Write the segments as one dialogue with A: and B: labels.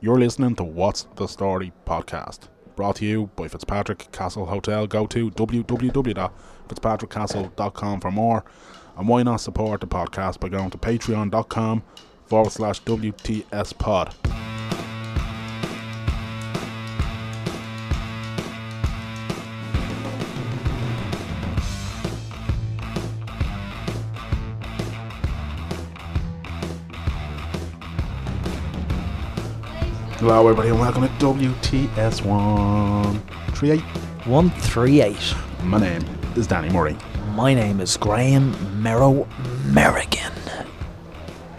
A: You're listening to What's the Story podcast, brought to you by Fitzpatrick Castle Hotel. Go to www.fitzpatrickcastle.com for more. And why not support the podcast by going to patreon.com forward slash WTS pod. Hello, everybody, and welcome to WTS 138.
B: 138.
A: My name is Danny Murray.
B: My name is Graham Merrow Merrigan.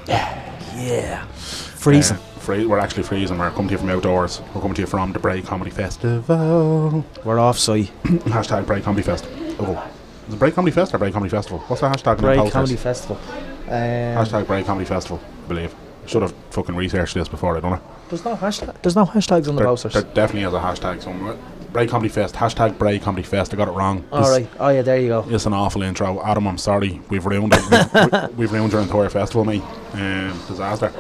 B: Yeah. Freezing.
A: Uh, free, we're actually freezing. We're coming to you from outdoors. We're coming to you from the Bray Comedy Festival.
B: We're offsite.
A: hashtag Bray Comedy Fest. Oh. Is it Bray Comedy Fest or Bray Comedy Festival? What's the hashtag? in the
B: Bray
A: poll
B: Comedy
A: first?
B: Festival. Um,
A: Hashtag Bray Comedy Festival, I believe. Should have fucking researched this before I done it.
B: There's no hashtag. There's no hashtags on the
A: There,
B: posters.
A: there definitely is a hashtag somewhere. Bray Comedy Fest. Hashtag Bray Comedy Fest. I got it wrong.
B: All
A: This-
B: right. Oh yeah, there you go.
A: It's an awful intro, Adam. I'm sorry, we've ruined it. We've, we- we've ruined your entire festival, mate. Um, disaster.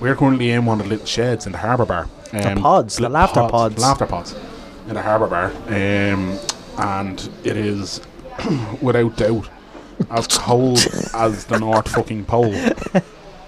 A: We're currently in one of the little sheds in the harbour bar. Um,
B: pods, the
A: little
B: laughter pods.
A: laughter pods, in the harbour bar, um, and it is without doubt as cold as the North fucking pole.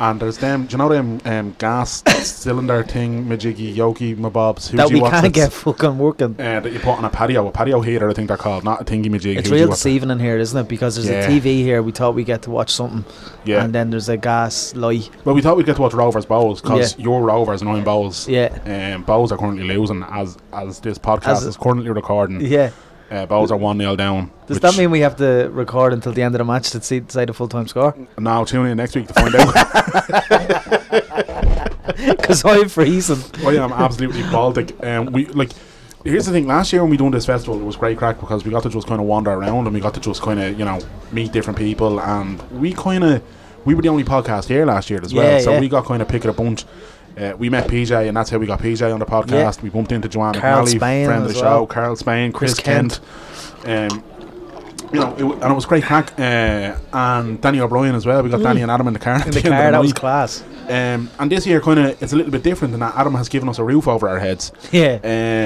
A: And there's them, do you know them um, gas cylinder thing, majiggy, yoki, mabobs,
B: That we
A: what's
B: can't get
A: it?
B: fucking working.
A: Uh, that you put on a patio, a patio heater, I think they're called, not a thingy majiggy. who'd
B: It's
A: you
B: real
A: what's it?
B: deceiving in here, isn't it? Because there's
A: Yeah.
B: a TV here. We thought we get to watch something,
A: Yeah.
B: and then there's a gas light.
A: Well, we thought we'd get to watch Rovers Bowls because
B: Yeah.
A: your Rovers nine Bowls.
B: Yeah.
A: Um, Bowls are currently losing as as this podcast
B: As-
A: is currently recording.
B: Yeah.
A: Uh, Bowls are one 0 down.
B: Does
A: which-
B: that mean we have to record until the end of the match to see decide the full time score?
A: now tune in next week to find out?
B: Because I'm freezing.
A: I am Oh, absolutely baltic. Um, we like. Here's the thing. Last year when we done this festival, it was great crack because we got to just kind of wander around and we got to just kind of you know meet different people and we kind of we were the only podcast here last year as
B: Yeah,
A: well, so
B: yeah.
A: we got kind of picking a bunch. Uh, we met PJ and that's how we got PJ on the podcast. We bumped into Joanne
B: Carl
A: McNally,
B: Spain
A: friend of
B: as
A: the show,
B: well.
A: Carl Spain, Chris,
B: Chris
A: Kent. Um, you know, it, w- and it was great crack. Uh, and Danny O'Brien as well. We got Danny and Adam in the car. at
B: Mm. In the
A: end of
B: car, that was
A: night.
B: class.
A: Um, and this year, kind of, it's a little bit different than that. Adam has given us a roof over our heads.
B: Yeah.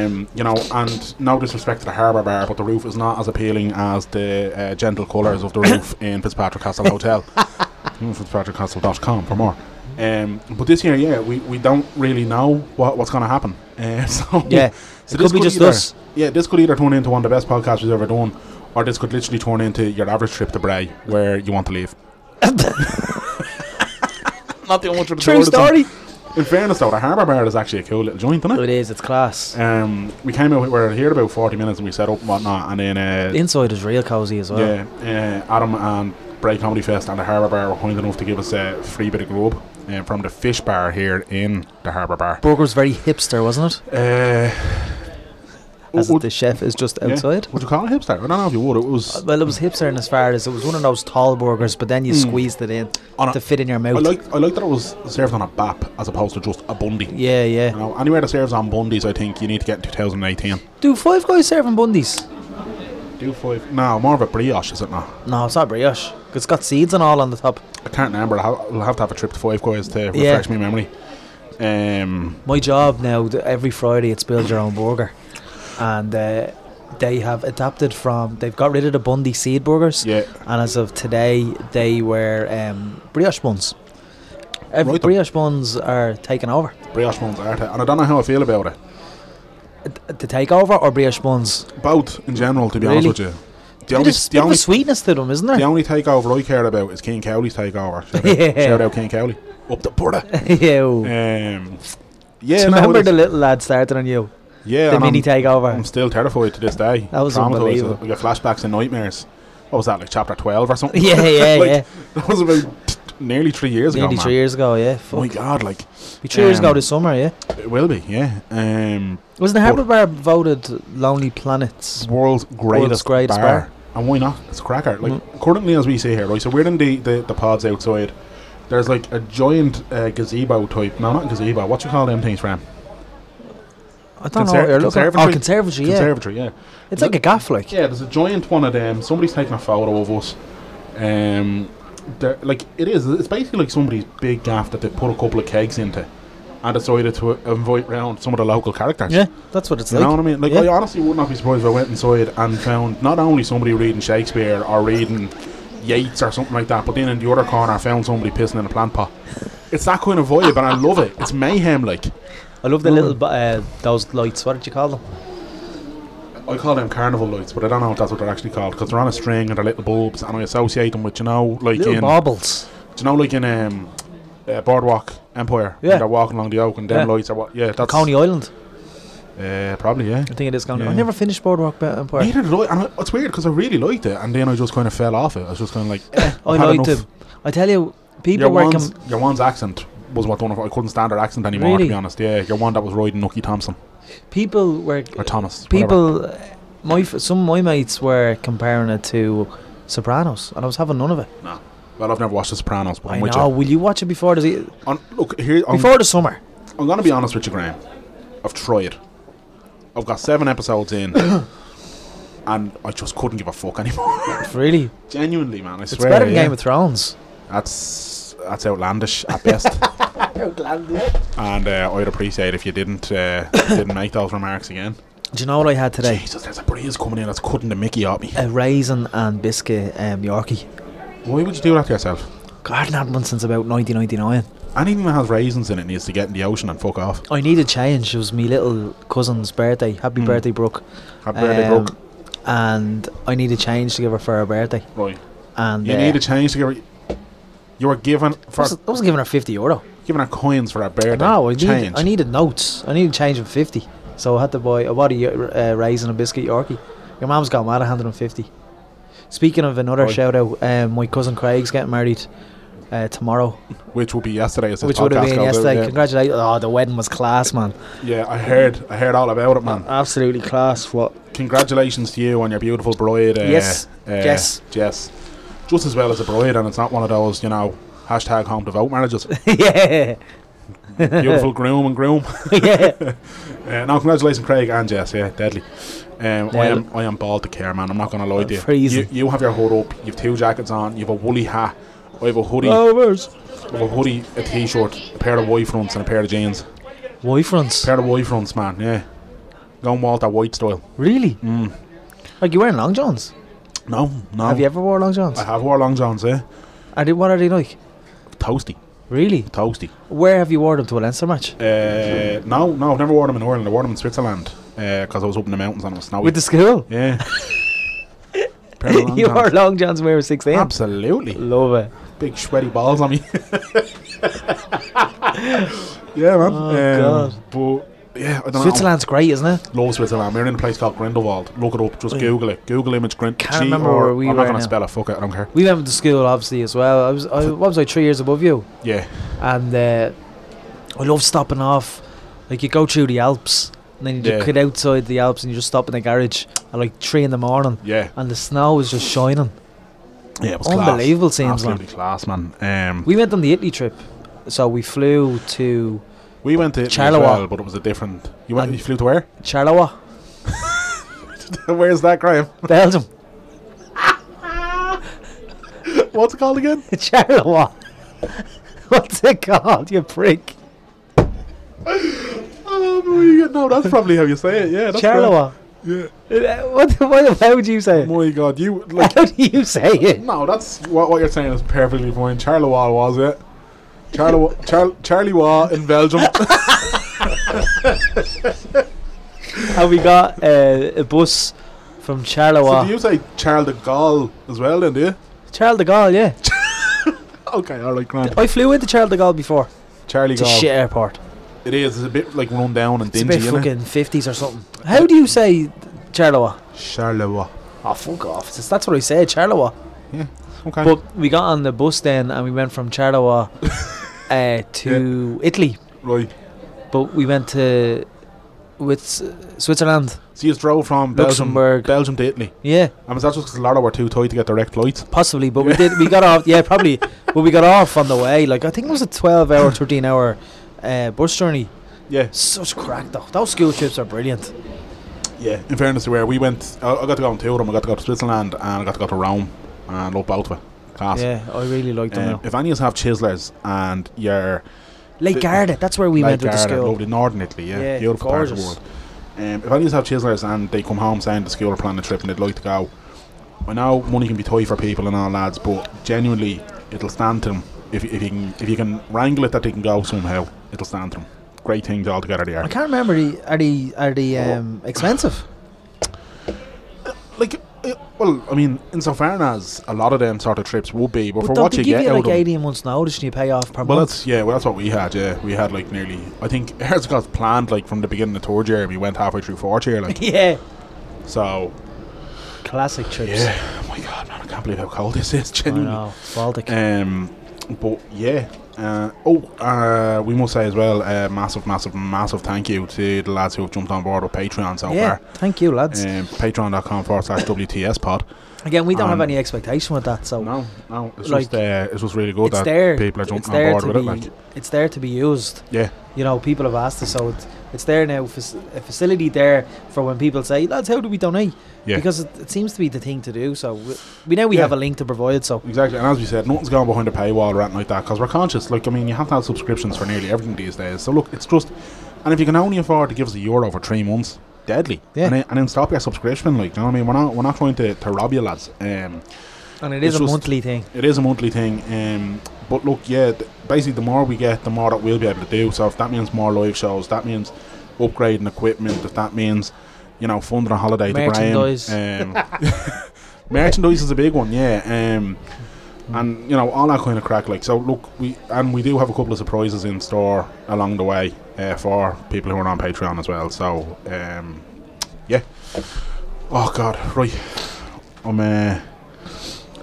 A: Um, you know, and no disrespect to the Harbour Bar, but the roof is not as appealing as the uh, gentle colours of the roof in Fitzpatrick Castle Hotel. Mm, FitzpatrickCastle.com for more. Um, but this year, yeah, we, we don't really know what, what's going to happen. Uh, so
B: Yeah. It could be just
A: either,
B: us.
A: Yeah, this could either turn into one of the best podcasts we've ever done, or this could literally turn into your average trip to Bray where you want to leave. not the only trip to
B: True
A: Bray, it's on-
B: story.
A: in fairness, though, the Harbour Bar is actually a cool little joint, isn't
B: Oh, It
A: it?
B: is. It's class.
A: Um, we came out, we were here about 40 minutes and we set up and whatnot, and then,
B: The
A: uh,
B: inside is real cozy as well.
A: yeah, uh, Adam and Bray Comedy Fest and the Harbour Bar were kind enough to give us a free bit of grub uh, from the Fish Bar here in the Harbour Bar.
B: Burger's very hipster, wasn't it?
A: Uh,
B: As
A: would-
B: the chef is just
A: yeah,
B: outside.
A: Would you call it hipster? I don't know if you would. It was.
B: Well, it was hipster in as far as it was one of those tall burgers, but then you squeezed it in
A: On a-
B: to fit in your
A: I
B: mouth.
A: like I like that it was served on a bap as opposed to just a bundy.
B: yeah,
A: You
B: yeah.
A: know, anywhere that serves on bundies, I think you need to get in 2018.
B: Do five guys serving bundies?
A: Do five? No, more of a brioche, is it not?
B: No, it's not brioche. 'cause It's got seeds and all on the top.
A: I can't remember. I'll have, I'll have to have a trip to Five Guys to refresh
B: Yeah.
A: my memory. Um,
B: My job now, th- every Friday, it's build your own burger, and uh, they have adapted from. They've got rid of the bundy seed burgers.
A: yeah,
B: And as of today, they were um, brioche buns. Ev-
A: Right then.
B: brioche buns are taken over.
A: brioche ones are, ta- and I don't know how I feel about it.
B: Uh, The takeover or brioche buns?
A: Both in general, to be honest
B: Really?
A: with you. The
B: Bit
A: only,
B: of, bit
A: the
B: of
A: only,
B: a sweetness to them, isn't
A: the
B: there?
A: only takeover I care about is King Cowley's takeover. Shout out,
B: Yeah.
A: shout out King Cowley up the border.
B: Ew.
A: Um, yeah,
B: Do you
A: no,
B: remember
A: it
B: the
A: is-
B: little lad started on you?
A: yeah,
B: The
A: and
B: mini
A: I'm,
B: takeover.
A: I'm still terrified to this day.
B: That was
A: Traumatised.
B: unbelievable.
A: I get flashbacks and nightmares. What was that like, chapter twelve or something?
B: yeah, yeah,
A: Like,
B: yeah.
A: That was about t- t- nearly three years
B: Nearly
A: ago,
B: three
A: man.
B: years ago, yeah. Fuck.
A: Oh my god, like
B: Be three years ago
A: um,
B: this summer, yeah.
A: it will be, yeah. Um,
B: Wasn't the Harbour Bar voted Lonely Planets?
A: world's greatest,
B: greatest
A: bar.
B: bar. Mm-hmm.
A: And why not? It's a cracker. Like currently as we see here, right, so we're in the, the, the pods outside. There's like a giant uh, gazebo type no not gazebo, what you call them things, Fran?
B: I don't know
A: Conser-
B: what you're looking at.
A: conservatory?
B: Oh, conservatory, yeah.
A: Conservatory, yeah.
B: it's like a gaff, like.
A: Yeah, there's a giant one of them. Somebody's taking a photo of us. Um there like it is it's basically like somebody's big gaff that they put a couple of kegs into. and decided to invite round some of the local characters.
B: Yeah, that's what it's
A: You
B: like.
A: know what I mean? Like,
B: Yeah.
A: I honestly would not be surprised if I went inside and found not only somebody reading Shakespeare or reading Yeats or something like that, but then in the other corner I found somebody pissing in a plant pot. It's that kind of vibe, and I love it. It's mayhem like.
B: I love the
A: No.
B: little bu- uh, those lights. What did you call them?
A: I call them carnival lights, but I don't know if that's what they're actually called because they're on a string and they're little bulbs, and I associate them with you know like
B: Little
A: in
B: baubles.
A: do you know like in um, uh, Boardwalk Empire, when
B: Yeah.
A: they're walking along the oak and them
B: Yeah.
A: lights are what? Yeah, that's
B: Coney Island.
A: Uh, probably yeah.
B: I think it is Coney.
A: Yeah.
B: I never finished Boardwalk um, Ba- Empire.
A: Neither did I, and I, it's weird because I really liked it, and then I just kind of fell off it. I was just kind of like, eh,
B: I
A: I've had
B: liked
A: enough.
B: him. I tell you, people
A: Your
B: were com-
A: one's, your one's accent was what one of I couldn't stand her accent anymore. To be
B: Really?
A: honest, yeah, your one that was riding Nookie Thompson
B: people were
A: or Thomas. whatever.
B: people. uh, My f- some of my mates were comparing it to Sopranos, and I was having none of it.
A: Well, I've never watched The Sopranos, but
B: I
A: I'm with
B: know. Will you watch it before the se-
A: you. On, look here, I'm,
B: before the summer?
A: I'm gonna be honest with you, Graham. I've tried. I've got seven episodes in, and I just couldn't give a fuck anymore.
B: Really,
A: Genuinely, man, I
B: it's
A: swear.
B: better than
A: yeah.
B: Game of Thrones.
A: That's that's outlandish at best. And uh, I'd appreciate if you didn't uh, didn't make those remarks again.
B: Do you know what I had today?
A: Jesus, there's a breeze coming in that's cutting the Mickey off me.
B: A raisin and biscuit um, Yorkie.
A: Why would you do that to yourself?
B: God, not one since about 1999.
A: Anything that has raisins in it needs to get in the ocean and fuck off.
B: I needed change. It was my little cousin's birthday. Happy
A: Hmm.
B: birthday, Brooke.
A: Happy birthday,
B: Um,
A: Brooke.
B: And I needed change to give her for her birthday.
A: Right.
B: And
A: You
B: uh,
A: need a change to get. Re- you were given
B: I
A: for
B: was, I was giving her 50 euro.
A: giving her coins for a birthday.
B: No, I,
A: change.
B: need, I needed notes. I needed change of 50. So I had to buy a body uh, raisin and a biscuit Yorkie. Your mum's got mad at 150. Speaking of another
A: Right.
B: shout out, um, my cousin Craig's getting married uh, tomorrow,
A: which would be yesterday. As this
B: which would have
A: podcast
B: been
A: goes out,
B: yesterday.
A: yeah.
B: Congratulations. Oh, the wedding was class, man.
A: Yeah, I heard. I heard all about it, man.
B: Absolutely class. What?
A: Congratulations to you on your beautiful bride. Uh,
B: Yes,
A: uh,
B: Jess.
A: Jess. Just as well as a bride, and it's not one of those, you know, hashtag home to vote marriages.
B: yeah.
A: Beautiful groom and groom.
B: yeah.
A: Uh, now, congratulations, Craig and Jess. Yeah, deadly. Um, I
B: Yeah.
A: am, I am bald to care, man. I'm not gonna lie to you.
B: Freezing.
A: You, you have your hood up. You've two jackets on. You've a woolly hat. I have a hoodie,
B: Overs.
A: I have a hoodie, a t-shirt, a pair of white fronts, and a pair of jeans.
B: Wife runs.
A: pair of white fronts, man. Yeah, going Walter White style.
B: Really?
A: Mm.
B: Like you wearing long johns?
A: No, no.
B: Have you ever wore long Ah. johns?
A: I have wore long johns. Yeah,
B: Are they, what are they like?
A: toasty,
B: Really?
A: toasty.
B: Where have you wore them to a Leinster match?
A: Uh, no, no, I've never worn them in Ireland. I wore them in Switzerland because I was up in the mountains and it was snowy.
B: With the school?
A: yeah. Pair of long
B: you
A: johns.
B: wore Oh. long johns when we were 16.
A: Absolutely.
B: Love it.
A: big sweaty balls on me. yeah, man.
B: Oh,
A: Um, But yeah, I don't
B: Switzerland's great, isn't it?
A: know. Love Switzerland. We're in a place called Grindelwald. Look it up. Just
B: Yeah.
A: Google it. Google image Grind.
B: Can't remember where we
A: I'm
B: were
A: not gonna
B: now.
A: spell it. Fuck it. I don't care.
B: We went to school, obviously, as well. I was, I, what was I, three years above you?
A: Yeah.
B: And uh, I love stopping off. Like, you go through the Alps, and then you
A: Yeah.
B: just get outside the Alps and you just stop in the garage at like three in the morning,
A: Yeah.
B: and the snow is just shining.
A: Yeah. It was
B: Unbelievable
A: Class.
B: scenes, man.
A: Absolutely class, man. Um,
B: We went on the Italy trip, so we flew to
A: we went to Italy as
B: Charleroi. Uh,
A: well, but it was a different. You went.
B: And-
A: You flew to where?
B: Charleroi,
A: Where's that, Graham?
B: Belgium.
A: What's it called again?
B: Charleroi. What's it called, you prick?
A: Um, no, that's probably how you say it. Yeah, that's right.
B: Charleroi.
A: Yeah.
B: Uh, What, the- what, how would you say it?
A: My God, you like
B: How do you say it?
A: No, that's what, what you're saying is perfectly fine. Charlie Wall was it? Charlie Wa- Char- Charlie Wall in Belgium.
B: And we got uh, a bus from
A: so do
B: Charleroi.
A: you say Charles de Gaulle as well? Then do you?
B: Charles de Gaulle, yeah.
A: Okay, all right, grand.
B: I flew into Charles de Gaulle before.
A: Charlie
B: It's a
A: Gaulle.
B: shit airport.
A: It is. It's a bit like run down and
B: It's a
A: dingy, isn't
B: bit
A: it?
B: fucking 50s or something. How do you say Charleroi?
A: Charleroi.
B: Oh, fuck off. It's- That's what I said, Charleroi.
A: Okay.
B: But we got on the bus then and we went from Charleroi uh, to Italy.
A: right.
B: But we went to with Switzerland.
A: So you drove from Belgium,
B: Luxembourg.
A: Belgium to Italy.
B: Yeah,
A: I mean, that's just because Lara were too tight to get direct flights.
B: possibly. But we did. We got off. Yeah, probably. But we got off on the way. Like I think it was a twelve-hour, thirteen-hour uh, bus journey.
A: Yeah,
B: Such crack though. Those school trips are brilliant.
A: yeah. In fairness to where we went, I, I got to go on two of them. I got to go to Switzerland and I got to go to Rome and love both of it. Class.
B: Yeah, I really liked them.
A: Um, if any of us have chiselers and you're
B: Lake Garda, that's where we
A: Lake
B: went to the
A: Garda,
B: school.
A: Lovely northern Italy, yeah,
B: Yeah,
A: beautiful part of the
B: gorgeous.
A: world. Um, if any of you have chiselers and they come home saying the school are planning a trip and they'd like to go, I know money can be toy for people and all lads, but genuinely, it'll stand to them if, if you can if you can wrangle it that they can go somehow. It'll stand to them. Great things altogether there.
B: I can't remember. The, are they are they um, expensive?
A: Like, uh, well, I mean, insofar as a lot of them sort of trips would be, but,
B: But
A: for
B: don't
A: what
B: they
A: you
B: give
A: get
B: you
A: out
B: like
A: of 'em-
B: eighteen months notice and you pay off per
A: Well,
B: month?
A: that's yeah. Well, that's what we had. Yeah, we had like nearly. I think ours got planned like from the beginning of third year. and We went halfway through fourth year, like
B: yeah,
A: so.
B: classic trips.
A: Yeah. Oh my god, man! I can't believe how cold this is.
B: I
A: Genuinely.
B: know. Baltic.
A: Um, but yeah. Uh, oh, uh, we must say as well, uh, massive, massive, massive thank you to the lads who have jumped on board with Patreon so
B: yeah,
A: far.
B: thank you, lads.
A: Um, Patreon.com forward slash WTS pod.
B: Again, we don't have
A: um,
B: any expectation with that, so
A: No, no, it's
B: Like,
A: just uh, it's just really good
B: it's
A: that
B: there.
A: people are
B: it's
A: jumping on
B: there
A: board
B: to
A: with it.
B: be.
A: Like,
B: It's there to be used.
A: yeah,
B: You know, people have asked us, so it's, it's there now. Fac- a facility there for when people say, "Lads, how do we donate?"
A: Yeah.
B: because it, it seems to be the thing to do. So we, we know we
A: Yeah.
B: have a link to provide. So
A: Exactly, and as we said, nothing's going behind a paywall or anything like that because we're conscious. Like, I mean, you have to have subscriptions for nearly everything these days. So, look, it's just, and if you can only afford to give us a euro for three months, deadly.
B: Yeah.
A: And, then, and then stop your subscription, like, you know what I mean? We're not, we're not trying to, to rob you, lads. Um,
B: and it
A: It's
B: is a
A: just-
B: monthly thing.
A: it is a monthly thing, um, but look, yeah, th- basically, the more we get, the more that we'll be able to do. So, if that means more live shows, that means upgrading equipment, if that means, you know, funding a holiday
B: Merchandise.
A: to Graham. Um, merchandise is a big one, yeah. Um, and you know all that kind of crack. Like so, look, we and we do have a couple of surprises in store along the way uh, for people who are on Patreon as well. So, um, yeah. Oh God, right. I'm uh,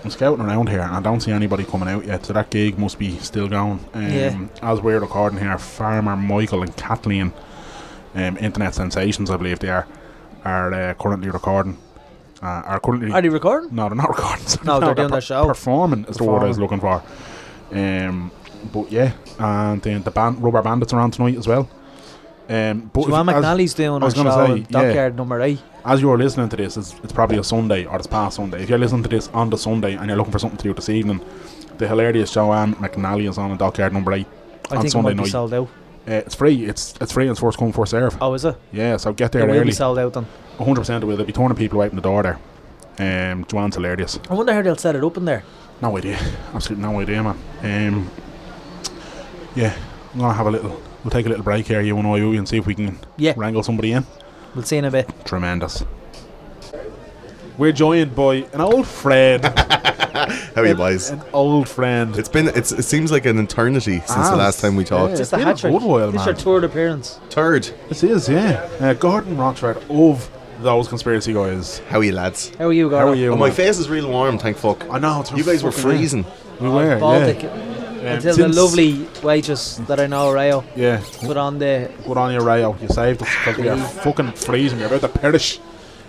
A: I'm scouting around here, and I don't see anybody coming out yet. So that gig must be still going. Um,
B: Yeah.
A: As we're recording here, Farmer Michael and Kathleen, um, internet sensations, I believe they are, are uh, currently recording. Uh, are currently
B: Are they recording?
A: no, they're not recording. sorry.
B: No, they're doing their show.
A: Performing is the word I was looking for. Um, but yeah, and then the band Rubber Bandits are on tonight as well. Um, but if-
B: Joanne
A: as,
B: McNally's doing
A: I
B: a
A: was gonna
B: show
A: say,
B: in
A: yeah.
B: Dockyard Number Eight.
A: as you're listening to this, it's, it's probably a Sunday or it's past Sunday. If you're listening to this on the Sunday and you're looking for something to do this evening, the hilarious Joanne McNally is on in Dockyard Number Eight.
B: I
A: on
B: think
A: Sunday
B: it might be
A: night.
B: sold out.
A: Uh, it's free. It's it's free. and It's first come first serve.
B: Oh, is it?
A: Yeah, so get
B: It
A: there
B: will be
A: early.
B: sold out then.
A: 100 percent will. They'll be turning people out in the door there. Um, Joanne's hilarious.
B: I wonder how they'll set it up in there.
A: No idea. Absolutely no idea, man. Um, yeah, I'm gonna have a little. We'll take a little break here, you and I, you, and see if we can
B: Yeah.
A: wrangle somebody in.
B: We'll see in a bit.
A: Tremendous. We're joined by an old friend,
C: How are you boys?
A: an old friend.
C: It's been it's, it seems like an eternity since
A: Ah,
C: the last time we talked.
A: yeah.
B: Just
A: Just
B: a
A: a been a
B: hat
A: hat
B: trick.
A: trick. good while,
B: this
A: This
B: is
A: is
B: your
A: man. your
B: third appearance.
C: Third.
A: This is yeah, uh, Gordon Rochford of those conspiracy guys.
C: How are you lads?
B: How are you, Gordon?
A: How are you?
C: Oh,
A: man?
C: my face is real warm, thank fuck.
A: I know it's
C: You guys were
A: fucking hell.
C: freezing.
A: We were.
B: Baltic.
A: Yeah. Um,
B: Until the
A: since-
B: lovely waitress that I know, Rayo,
A: Yeah.
B: put on the.
A: Good on you, Rayo. You saved us because we are fucking freezing. We're about to perish.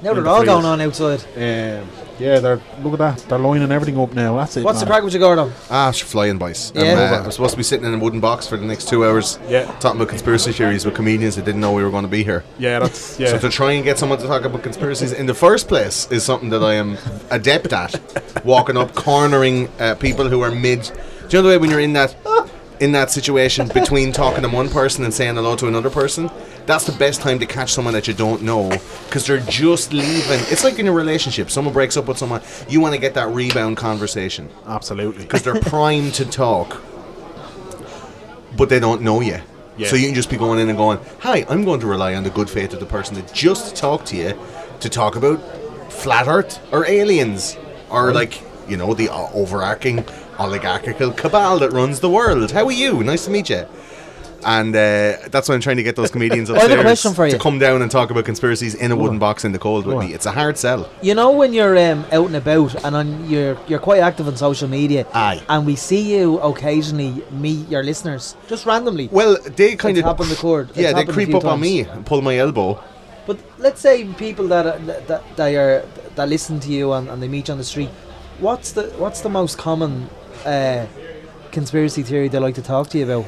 B: Now
A: In
B: they're
A: the
B: all
A: freeze.
B: going on outside.
A: Um, yeah, they're look at that. They're lining everything up now. That's it.
B: What's the
A: man.
B: crack with you, Gordon?
C: Ah, sh- flying boys.
B: Yeah.
C: I'm, uh, I'm supposed to be sitting in a wooden box for the next two hours
A: Yeah.
C: talking about conspiracy theories with comedians that didn't know we were going to be here.
A: Yeah, that's yeah.
C: So to try and get someone to talk about conspiracies in the first place is something that I am adept at. Walking up, cornering uh, people who are mid. Do you know the way when you're in that in that situation between talking to one person and saying hello to another person? That's the best time to catch someone that you don't know because they're just leaving. It's like in a relationship. Someone breaks up with someone. You want to get that rebound conversation
A: Absolutely.
C: because they're primed to talk, but they don't know you.
A: Yeah.
C: So you can just be going in and going, "Hi, I'm going to rely on the good faith of the person that just talked to you to talk about flat Earth or aliens or like you know the o- overarching oligarchical cabal that runs the world." How are you? Nice to meet you. And uh, that's why I'm trying to get those comedians
B: have a
C: upstairs
B: question for you.
C: to come down and talk about conspiracies in a wooden box in the cold with
A: Go on.
C: me. It's a hard sell.
B: You know when you're um, out and about and on you're you're quite active on social media.
C: Aye.
B: And we see you occasionally meet your listeners just randomly.
C: Well, they kind
B: It's
C: of
B: happened to Cord. It's
C: Yeah, they
B: happened a
C: creep
B: few
C: up on
B: times.
C: me and pull my elbow.
B: But let's say people that are, that that are that listen to you and, and they meet you on the street. What's the what's the most common uh, conspiracy theory they like to talk to you about?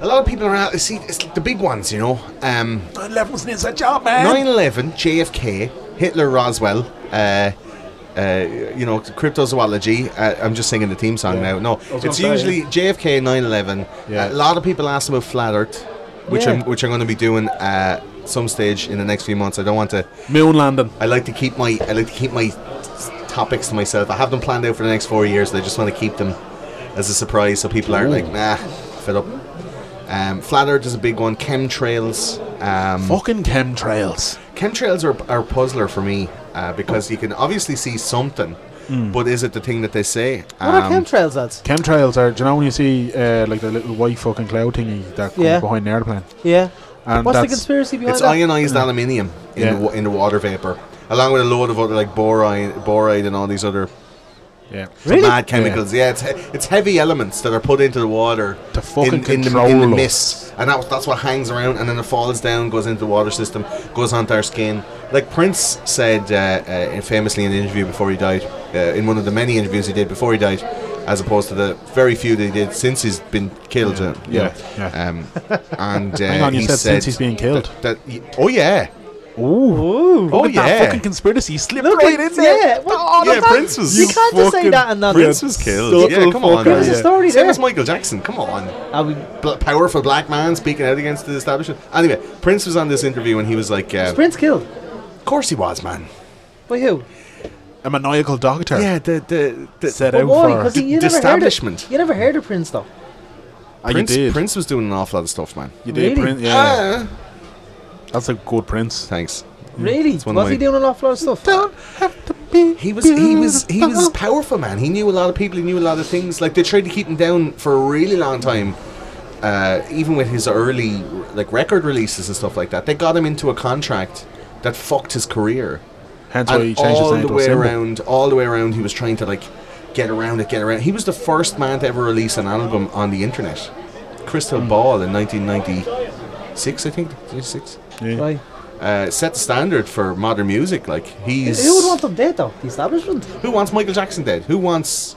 C: A lot of people are out. See, it's the big ones, you know. Um,
A: Um, Eleven was an inside job, man.
C: 9/11, JFK, Hitler, Roswell, uh, uh, you know, cryptozoology. Uh, I'm just singing the theme song
A: Yeah.
C: now. No,
A: I was gonna
C: it's
A: say,
C: usually JFK 9/11.
A: Yeah.
C: A lot of people ask about flat Earth, which
B: Yeah.
C: I'm which I'm going to be doing at some stage in the next few months. I don't want to.
A: Moon landing.
C: I like to keep my I like to keep my s- topics to myself. I have them planned out for the next four years. and I just want to keep them as a surprise, so people aren't like, nah, fed up. Um, flat Earth is a big one. Chemtrails. Um,
A: Fucking chemtrails.
C: Chemtrails are, are a puzzler for me uh, because you can obviously see something, but is it the thing that they say? Um,
B: What are chemtrails, lads?
A: Chemtrails are, do you know when you see uh, like the little white fucking cloud thingy that comes
B: Yeah.
A: behind an airplane?
B: Yeah.
A: And
B: What's the
A: that's-
B: conspiracy behind
C: um, It's
B: that?
C: ionized aluminium in,
A: Yeah.
C: the, wa- in the water vapor, along with a load of other like boride, boride and all these other
A: Yeah.
B: Really?
C: mad chemicals. Yeah, it's, he- it's heavy elements that are put into the water
A: To fucking
C: the,
A: control
C: in the
A: us.
C: mist, and that, that's what hangs around, and then it falls down, goes into the water system, goes onto our skin. Like Prince said uh, uh, famously in an interview before he died, uh, in one of the many interviews he did before he died, as opposed to the very few that he did since he's been killed. uh, you
A: Yeah,
C: know.
A: yeah.
C: Um, and uh,
A: Hang on, you
C: he
A: said, since he's being killed.
C: that. He, oh yeah.
B: Ooh.
C: Oh
A: Look at that
C: yeah.
A: fucking conspiracy slipped
B: Look
A: right
B: at-
A: in there.
B: yeah, what-
A: Oh,
C: yeah,
A: that's-
C: Prince was.
B: You can't just say
A: fucking
B: that and not.
C: Prince was killed. Yeah,
A: subtle
C: come on.
A: fucker.
B: There's a
A: Yeah.
B: story
C: Same
B: there.
C: as Michael Jackson. Come on.
B: I would-
C: bl- powerful black man speaking out against the establishment. Anyway, Prince was on this interview and he was like, uh,
B: was Prince killed?
C: "Of course he was, man.
B: By who?
A: A maniacal doctor.
C: Yeah, the the, the
A: Set
B: But
A: out
B: why?
A: for.
B: 'Cause
C: D-
B: you never
C: establishment.
B: Heard of, you never heard of Prince though.
A: Ah,
C: Prince,
A: you did.
C: Prince was doing an awful lot of stuff, man.
A: You did,
B: Really?
A: Prince.
C: Ah.
A: Yeah. That's a good Prince.
C: Thanks.
B: Really? Was
C: Mm. one of
B: he
C: my-
B: doing an awful lot of stuff?
C: He was he was he was powerful, man. He knew a lot of people. He knew a lot of things. Like they tried to keep him down for a really long time. Uh, even with his early like record releases and stuff like that, they got him into a contract that fucked his career.
A: Hence why
C: and
A: he changed his
C: all
A: name
C: the
A: to a
C: way
A: symbol.
C: around, all the way around, he was trying to like get around it, get around. He was the first man to ever release an album on the internet. Crystal
A: Hmm.
C: Ball in 1996, I think. 96.
A: Yeah.
B: Right.
C: Uh, set the standard for modern music. Like he's
B: Who would want them dead though? The establishment.
C: who wants Michael Jackson dead? Who wants,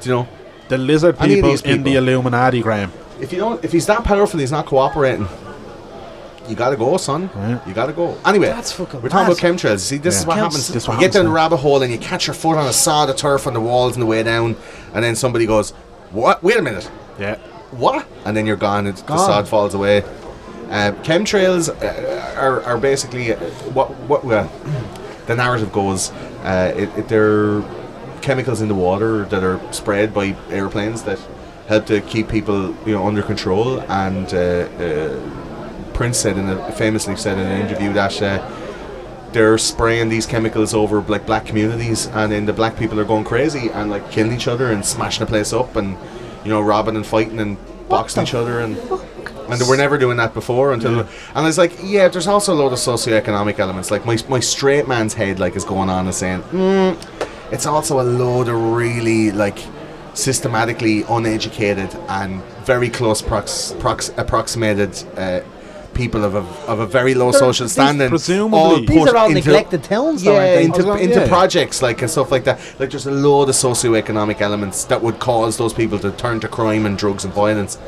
C: do you know?
A: The lizard
C: Any of
A: people,
C: these
A: in the
C: people.
A: Illuminati, Graham.
C: If you don't, if he's that powerful, he's not cooperating. You gotta go, son.
A: Right.
C: You gotta go. Anyway,
B: That's fucking
C: we're talking about
B: mad.
C: chemtrails. See, this is
A: Yeah.
C: what
A: Chems-
C: happens.
A: this is what
C: you get down the
A: happens,
C: rabbit hole and you catch your foot on a sod of turf on the walls on the way down, and then somebody goes, "What? Wait a minute,
A: Yeah.
C: what?" And then you're gone. It's, The
B: Gone.
C: sod falls away. Uh, chemtrails uh, are, are basically uh, what what well, the narrative goes. Uh, it, it, they're chemicals in the water that are spread by airplanes that help to keep people you know under control. And uh, uh, Prince said in a, famously said in an interview that. Uh, they're spraying these chemicals over like black communities, and then the black people are going crazy and like killing each other and smashing the place up, and you know robbing and fighting and boxing
B: the
C: each other, and and they were never doing that before until. And it's like, yeah, there's also a lot of socioeconomic elements. Like my my straight man's head like is going on and saying, mm, it's also a load of really like systematically uneducated and very close prox, prox approximated. Uh, People of a, of a very low
B: They're-
C: social
B: these
C: standing,
A: presumably-
C: all
A: These
B: These
C: put
B: are all
C: into-
B: neglected towns though,
C: yeah,
B: aren't they?
C: into,
A: I was gonna-
C: into
A: yeah.
C: projects like and stuff like that. Like there's a load of socioeconomic elements that would cause those people to turn to crime and drugs and violence.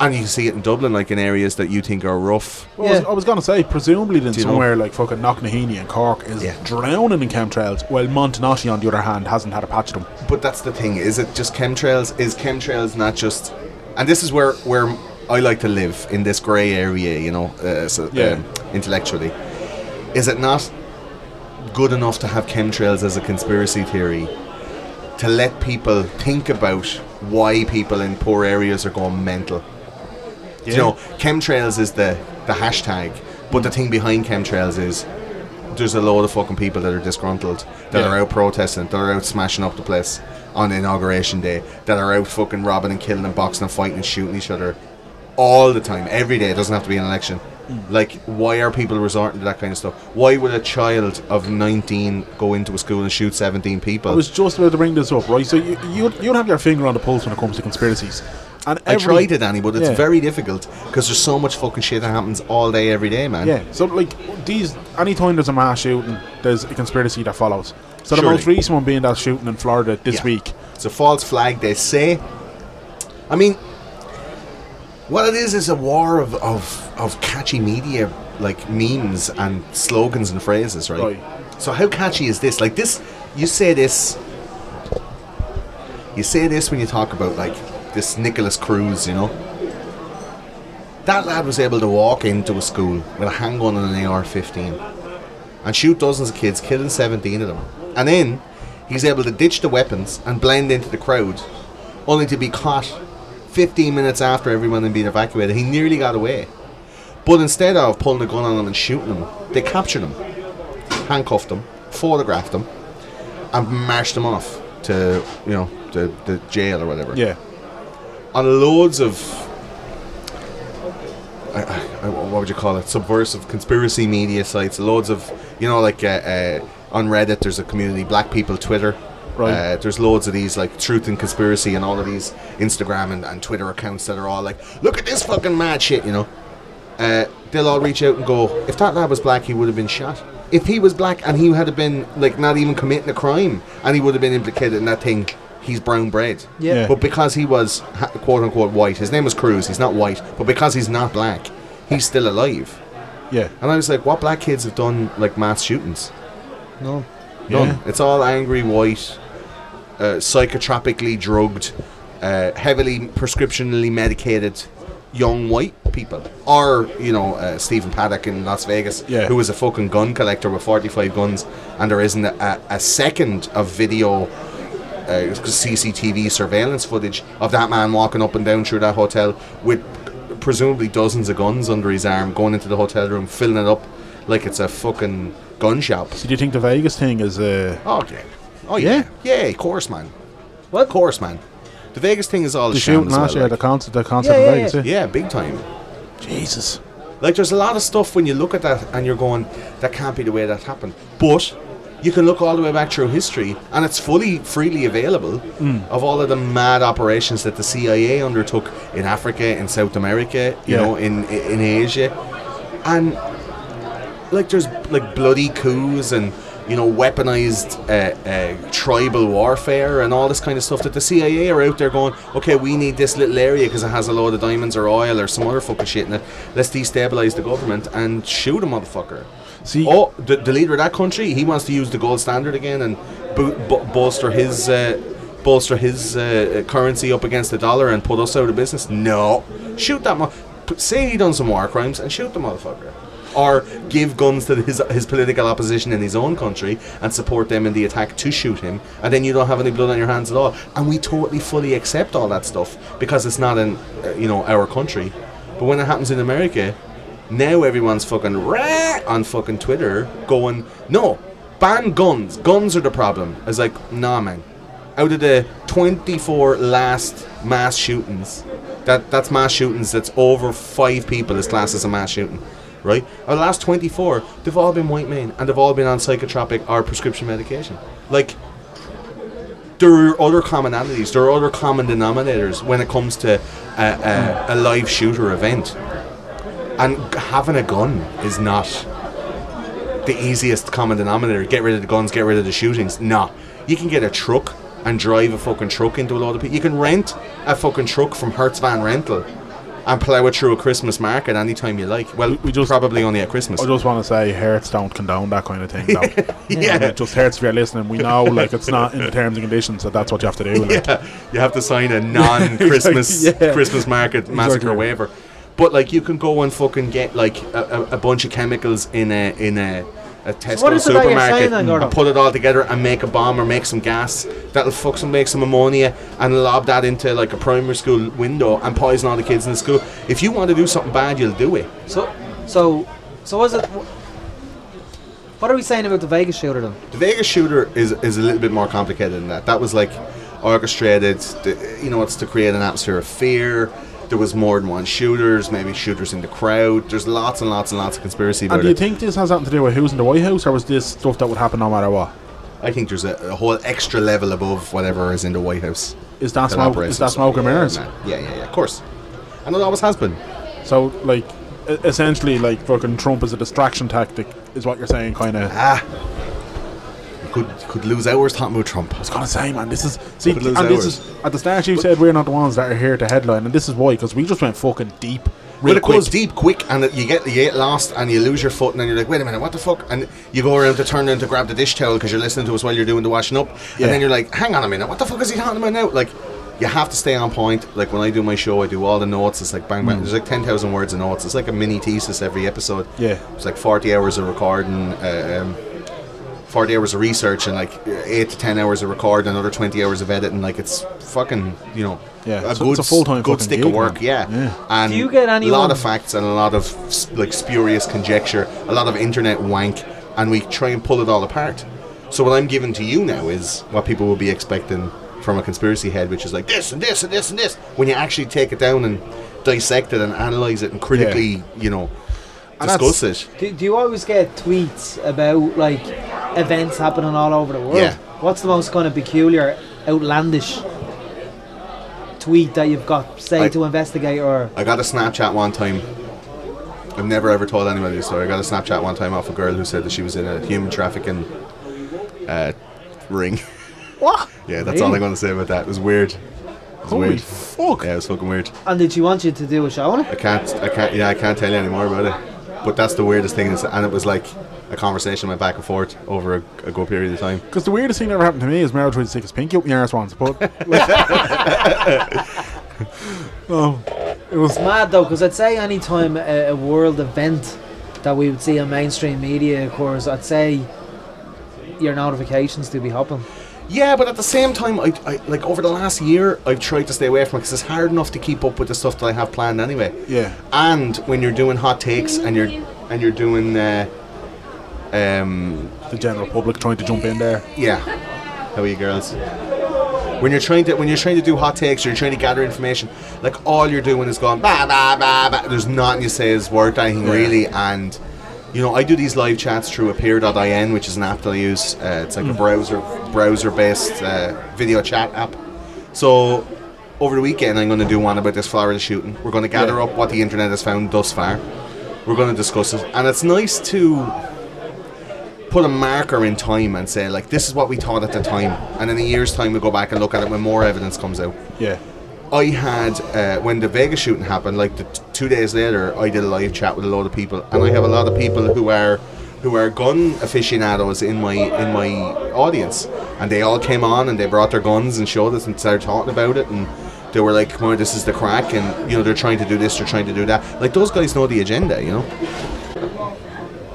C: And you can see it in Dublin, like in areas that you think are rough.
A: Well, I was-
B: Yeah.
A: I was going to say, presumably then
C: you know-
A: somewhere like fucking Knocknaheeny and Cork is
C: Yeah.
A: drowning in chemtrails, while Montanotti, on the other hand, hasn't had a patch of them.
C: But that's the thing: is it just chemtrails? Is chemtrails not just? And this is where where I like to live in this grey area, you know, uh, so,
A: Yeah.
C: um, intellectually. Is it not good enough to have chemtrails as a conspiracy theory to let people think about why people in poor areas are going mental?
A: Yeah.
C: You know, chemtrails is the, the hashtag, but the thing behind chemtrails is there's a load of fucking people that are disgruntled, that
A: Yeah.
C: are out protesting, that are out smashing up the place on inauguration day, that are out fucking robbing and killing and boxing and fighting and shooting each other all the time, every day. It doesn't have to be an election. Like, why are people resorting to that kind of stuff? Why would a child of 19 go into a school and shoot 17 people?
A: I was just about to bring this up, right? So you, you, you'll have your finger on the pulse when it comes to conspiracies. And
C: I
A: every-
C: tried it, Danny, but it's
A: Yeah.
C: very difficult because there's so much fucking shit that happens all day, every day, man.
A: Yeah, so like these, anytime there's a mass shooting, there's a conspiracy that follows. So the
C: Surely.
A: most recent one being that shooting in Florida this
C: Yeah.
A: week.
C: It's a false flag, they say. I mean, what it is is a war of, of, of catchy media, like memes and slogans and phrases, right?
A: Right.
C: So how catchy is this? Like this, you say this. You say this when you talk about like this Nicholas Cruz, you know. That lad was able to walk into a school with a handgun and an AR-15, and shoot dozens of kids, killing 17 of them. And then he's able to ditch the weapons and blend into the crowd, only to be caught 15 minutes after everyone had been evacuated. He nearly got away, but instead of pulling a gun on him and shooting him, they captured him handcuffed them, photographed them, and marched them off to you know the, the jail or whatever.
A: Yeah.
C: On loads of, I, I, I- what would you call it? Subversive conspiracy media sites. Loads of you know like uh, uh, on Reddit. There's a community, Black People Twitter.
A: Right.
C: Uh, there's loads of these like truth and conspiracy and all of these Instagram and, and Twitter accounts that are all like, look at this fucking mad shit, you know uh, they'll all reach out and go, if that lad was black, he would have been shot. If he was black and he had been like not even committing a crime, and he would have been implicated in that thing, he's brown bread.
B: Yeah.
A: Yeah.
C: But because he was ha- quote unquote white, his name was Cruz. He's not white, but because he's not black, he's still alive.
A: Yeah.
C: And I was like, what black kids have done like mass shootings?
B: No.
C: None.
A: Yeah.
C: It's all angry white, uh, psychotropically drugged, uh, heavily prescriptionally medicated young white people. Or, you know, uh, Stephen Paddock in Las Vegas,
A: Yeah.
C: who was a fucking gun collector with 45 guns, and there isn't a, a second of video. Uh, CCTV surveillance footage of that man walking up and down through that hotel with presumably dozens of guns under his arm, going into the hotel room, filling it up like it's a fucking gun shop.
A: So do you think the Vegas thing is uh,
C: Oh yeah. Oh yeah. Yeah, of course, man. What? Of course, man. The Vegas thing is all
A: the
C: a sham
A: shooting
C: as well,
A: last year, the
C: like.
A: concert, the concert
B: Yeah, yeah,
A: in Vegas?
B: yeah.
A: eh?
C: Yeah, big time.
A: Jesus.
C: Like, there's a lot of stuff when you look at that and you're going, that can't be the way that happened. But you can look all the way back through history, and it's fully freely available of all of the mad operations that the CIA undertook in Africa, in South America, you
A: Yeah.
C: know, in in Asia, and like there's like bloody coups and you know weaponized uh, uh, tribal warfare and all this kind of stuff that the CIA are out there going okay we need this little area because it has a load of diamonds or oil or some other fucking shit in it let's destabilize the government and shoot a motherfucker
A: See-
C: oh the, the leader of that country he wants to use the gold standard again and bo- bo- bolster his uh, bolster his uh, currency up against the dollar and put us out of business no shoot that mo- p- say he done some war crimes and shoot the motherfucker or give guns to his his political opposition in his own country and support them in the attack to shoot him, and then you don't have any blood on your hands at all. And we totally fully accept all that stuff because it's not in uh, you know our country. But when it happens in America, now everyone's fucking rah on fucking Twitter going no, ban guns. Guns are the problem. I was like, nah, man. Out of the 24 last mass shootings, that that's mass shootings. That's over five people is classed as a mass shooting right? Our last 24, they've all been white men and they've all been on psychotropic or prescription medication. Like, there are other commonalities, there are other common denominators when it comes to a, a, a live shooter event. And g- having a gun is not the easiest common denominator. Get rid of the guns, get rid of the shootings. Nah. You can get a truck and drive a fucking truck into a lot of people. You can rent a fucking truck from Hertz Van Rental and plow it through a Christmas market anytime you like. Well,
A: we
C: we
A: just-
C: just probably only at Christmas.
A: I just want to say, Hertz don't condone that kind of thing. Though.
C: yeah.
A: Just Hertz, if you're listening, we know like it's not in the terms and conditions that that's what you have to do. Like.
C: yeah, you have to sign a non-Christmas
B: Yeah.
C: Christmas market massacre waiver. But like, you can go and fucking get like a, a, a bunch of chemicals in a in a, a Tesco
B: what is it that you're saying
C: supermarket
B: then, Gordon?
C: and put it all together and make a bomb or make some gas that'll fuck some make some ammonia and lob that into like a primary school window and poison all the kids in the school. If you want to do something bad, you'll do it.
B: So, so, so was it? What are we saying about the Vegas shooter then?
C: The Vegas shooter is is a little bit more complicated than that. That was like orchestrated. The, you know, it's to create an atmosphere of fear. There was more than one shooters, maybe shooters in the crowd. There's lots and lots and lots of conspiracy
A: And
C: about
A: do you
C: it.
A: think this has something to do with who's in the White House, or was this stuff that would happen no matter what?
C: I think there's a, a whole extra level above whatever is in the White House.
A: Is that
C: that
A: smoke?
C: operates
A: Is that
C: and
A: smoke
C: stuff.
A: and mirrors?
C: Yeah, man. yeah, yeah, yeah, of course. And it always has been.
A: So like, e- essentially, like fucking Trump is a distraction tactic, is what you're saying, kind of. I
C: Ah, you could you could lose hours talking about Trump.
A: was gonna say, man, this is see,
C: Could
A: and
C: lose
A: this
C: hours.
A: is at the start you said we're not the ones that are here to headline, and this is why because we just went fucking deep. real
C: but it
A: quick.
C: goes deep quick, and it, you get you get lost, and you lose your foot, and then you're like, wait a minute, what the fuck? And you go around to turn around to grab the dish towel because you're listening to us while you're doing the washing up,
A: Yeah.
C: and then you're like, hang on a minute, what the fuck is he talking about now? Like, you have to stay on point. Like when I do my show, I do all the notes. It's like bang
A: Hmm.
C: bang. There's like ten thousand words of notes. It's like a mini thesis every episode.
A: Yeah.
C: it's like forty hours of recording. Uh, um, 40 hours of research and like 8 to 10 hours of recording another 20 hours of editing like it's fucking you know
A: Yeah,
C: a
A: it's a-
C: good,
A: it's a full-time
C: good
A: fucking
C: stick
A: gig,
C: of work
A: man.
C: yeah.
A: Yeah.
C: and
B: Do you get
C: a lot
B: anyone-
C: of facts and a lot of s- like spurious conjecture a lot of internet wank and we try and pull it all apart so what I'm giving to you now is what people will be expecting from a conspiracy head which is like this and this and this and this when you actually take it down and dissect it and analyze it and critically you know
A: And
C: discuss
A: that's-
C: it
B: Do, do you always get tweets about like events happening all over the world?
C: Yeah.
B: What's the most kind of peculiar, outlandish tweet that you've got, say,
C: I-
B: to investigate or
C: I got a Snapchat one time. I've never ever told anybody this story. I got a Snapchat one time off a girl who said that she was in a human trafficking uh, ring.
B: what?
C: yeah, that's all I'm going to say about that. It was weird. It was
A: Holy
C: weird.
A: fuck.
C: Yeah, it was fucking weird.
B: And did she want you to do a show on
C: I
B: it?
C: can't. I can't. Yeah, I can't tell you anymore about it. But that's the weirdest thing. Is, and it was like a conversation went back and forth over a, a good period of time.
A: Because the weirdest thing that ever happened to me is Meryl tried to stick his pinky up my arse once, but um, it was
B: Mad though, because I'd say any time a, a world event that we would see on mainstream media occurs, I'd say your notifications do be hopping.
C: Yeah, but at the same time, I, I like over the last year, I've tried to stay away from it because it's hard enough to keep up with the stuff that I have planned anyway.
A: Yeah.
C: And when you're doing hot takes and you're and you're doing, uh, um,
A: the general public trying to jump in there.
C: yeah, how are you girls? When you're trying to when you're trying to do hot takes, or you're trying to gather information. Like all you're doing is going ba ba ba ba. There's nothing you say is worth anything really, and. You know, I do these live chats through Appear.in, which is an app that I use. Uh, it's like a browser browser based uh, video chat app. So over the weekend, I'm going to do one about this Florida shooting. We're going to gather
A: Yeah.
C: up what the internet has found thus far. We're going to discuss it, and it's nice to put a marker in time and say like this is what we thought at the time and in a year's time we go back and look at it when more evidence comes out
A: Yeah.
C: i had uh, when the vegas shooting happened like the t- two days later i did a live chat with a lot of people and i have a lot of people who are who are gun aficionados in my in my audience and they all came on and they brought their guns and showed us and started talking about it and they were like come on this is the crack and you know they're trying to do this they're trying to do that like those guys know the agenda you know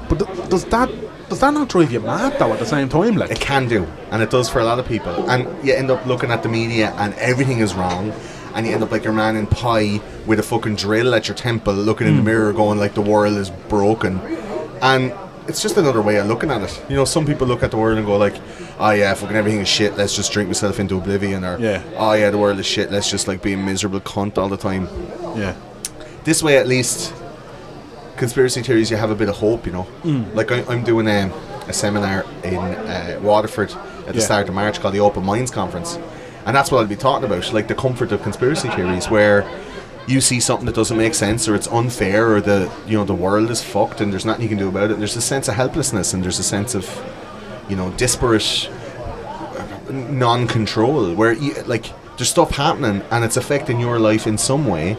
A: But th- does that does that not drive you mad though at the same time?
C: It
A: Like
C: can do, and it does for a lot of people. And you end up looking at the media, and everything is wrong. And you end up like your man in pie with a fucking drill at your temple, looking in the mirror, going like the world is broken. And it's just another way of looking at it. You know, some people look at the world and go like, "Oh yeah, fucking everything is shit. Let's just drink myself into oblivion." Or,
A: Yeah.
C: "Oh yeah, the world is shit. Let's just like be a miserable cunt all the time."
A: Yeah.
C: this way at least conspiracy theories you have a bit of hope you know like I, i'm doing um, a seminar in uh, waterford at the
A: Yeah.
C: start of march called the open minds conference and that's what i'll be talking about like the comfort of conspiracy theories where you see something that doesn't make sense or it's unfair or the you know the world is fucked and there's nothing you can do about it there's a sense of helplessness and there's a sense of you know disparate non-control where you, like there's stuff happening and it's affecting your life in some way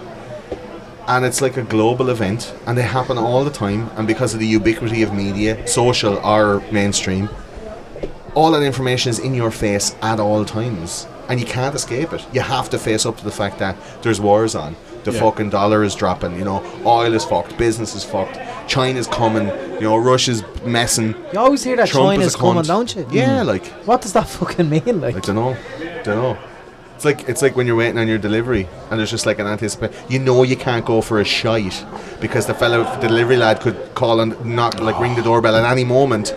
C: and it's like a global event and they happen all the time and because of the ubiquity of media social or mainstream all that information is in your face at all times and you can't escape it you have to face up to the fact that there's wars on the
A: Yeah.
C: fucking dollar is dropping you know oil is fucked business is fucked china's coming you know russia's messing
B: You always hear that
C: Trump
B: China's
C: is a
B: coming,
C: cunt.
B: don't you? Hmm. Mm.
C: yeah like
B: What does that fucking mean? Like,
C: I don't know. Don't know. It's like it's like when you're waiting on your delivery and there's just like an anticipation. You know you can't go for a shite because the fellow the delivery lad could call and knock like ring the doorbell at any moment.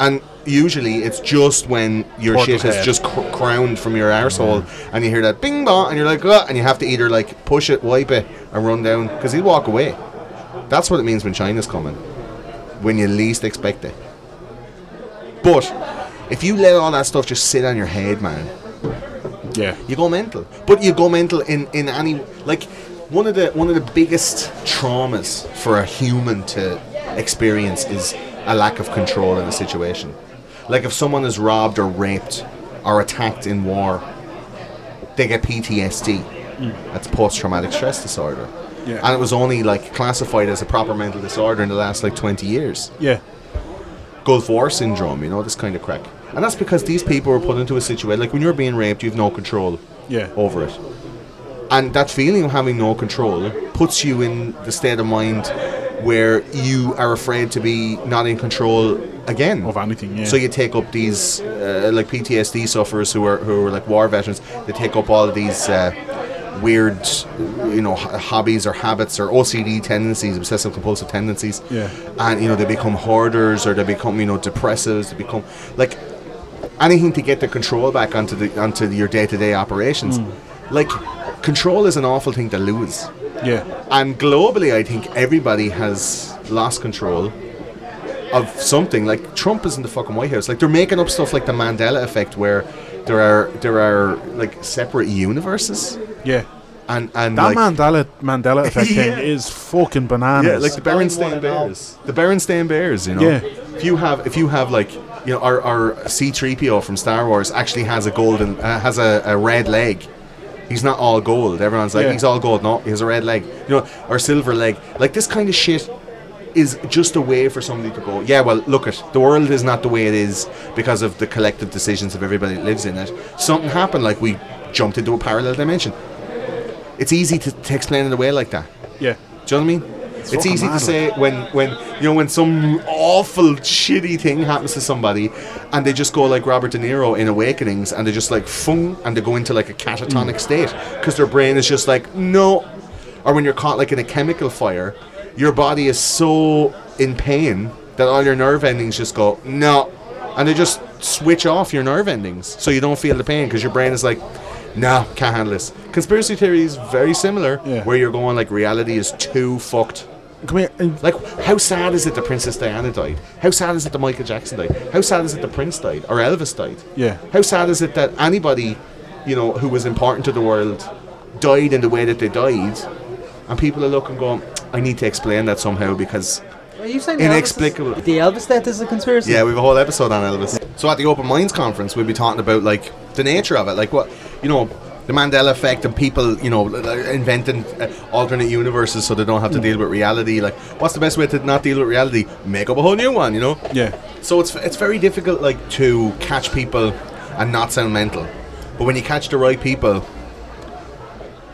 C: And usually it's just when your
A: Portal
C: shit is
A: head.
C: just cr- crowned from your arsehole and you hear that bing bong and you're like "Ugh," and you have to either like push it, wipe it, and run down because he'll walk away. That's what it means when China's coming, when you least expect it. But if you let all that stuff just sit on your head, man,
A: Yeah.
C: you go mental. But you go mental in in any like one of the one of the biggest traumas for a human to experience is a lack of control in a situation. Like if someone is robbed or raped or attacked in war, they get PTSD. That's post traumatic stress disorder.
A: Yeah.
C: and it was only like classified as a proper mental disorder in the last like 20 years.
A: Yeah.
C: Gulf War syndrome, you know, this kind of crack. And that's because these people were put into a situation like when you're being raped, you've no control
A: Yeah.
C: over it. And that feeling of having no control puts you in the state of mind where you are afraid to be not in control again
A: Of anything, yeah.
C: So you take up these uh, like PTSD sufferers who are who are like war veterans. They take up all these uh, weird, you know, h- hobbies or habits or OCD tendencies, obsessive compulsive tendencies.
A: Yeah.
C: And you know they become hoarders or they become you know depressives. They become like anything to get the control back onto the onto your day to day operations. Like control is an awful thing to lose.
A: Yeah.
C: And globally, I think everybody has lost control of something. Like Trump is in the fucking White House. Like they're making up stuff like the Mandela effect, where there are there are like separate universes.
A: Yeah.
C: And and
A: That
C: like,
A: Mandela Mandela effect
C: Yeah.
A: thing is fucking bananas.
C: yeah, like the
B: Buying one
C: Berenstain
B: and all.
C: Bears. The Berenstain Bears, you know.
A: Yeah.
C: If you have if you have like you know our our C three PO from Star Wars actually has a golden uh, has a, a red leg. He's not all gold. Everyone's like
A: Yeah.
C: he's all gold. No, he has a red leg. You know, or silver leg. Like this kind of shit is just a way for somebody to go. Yeah, well, look at the world is not the way it is because of the collective decisions of everybody that lives in it. Something happened, like we jumped into a parallel dimension. It's easy to, to explain it away like that.
A: yeah.
C: Do you know what I mean? It's,
A: fucking
C: easy
A: mad,
C: to say when, when you know when some awful shitty thing happens to somebody, and they just go like Robert De Niro in Awakenings, and they just like fung, and they go into like a catatonic state because their brain is just like no, or when you're caught like in a chemical fire, your body is so in pain that all your nerve endings just go no, and they just switch off your nerve endings so you don't feel the pain because your brain is like no, can't handle this. Conspiracy theory is very similar
A: Yeah.
C: where you're going like reality is too fucked.
A: Come here. and-
C: Like, how sad is it that Princess Diana died? How sad is it that Michael Jackson died? How sad is it that Prince died or Elvis died?
A: Yeah.
C: How sad is it that anybody, you know, who was important to the world died in the way that they died? And people are looking going, I need to explain that somehow because
B: Are you saying
C: Inexplicable.
B: The Elvis, the Elvis death is a conspiracy?
C: yeah, we have a whole episode on Elvis. So at the Open Minds conference, we'll be talking about like the nature of it, like what you know, the Mandela effect, and people you know l- l- inventing uh, alternate universes so they don't have to deal with reality. Like, what's the best way to not deal with reality? Make up a whole new one, you know.
A: Yeah.
C: So it's it's very difficult like to catch people and not sound mental, but when you catch the right people.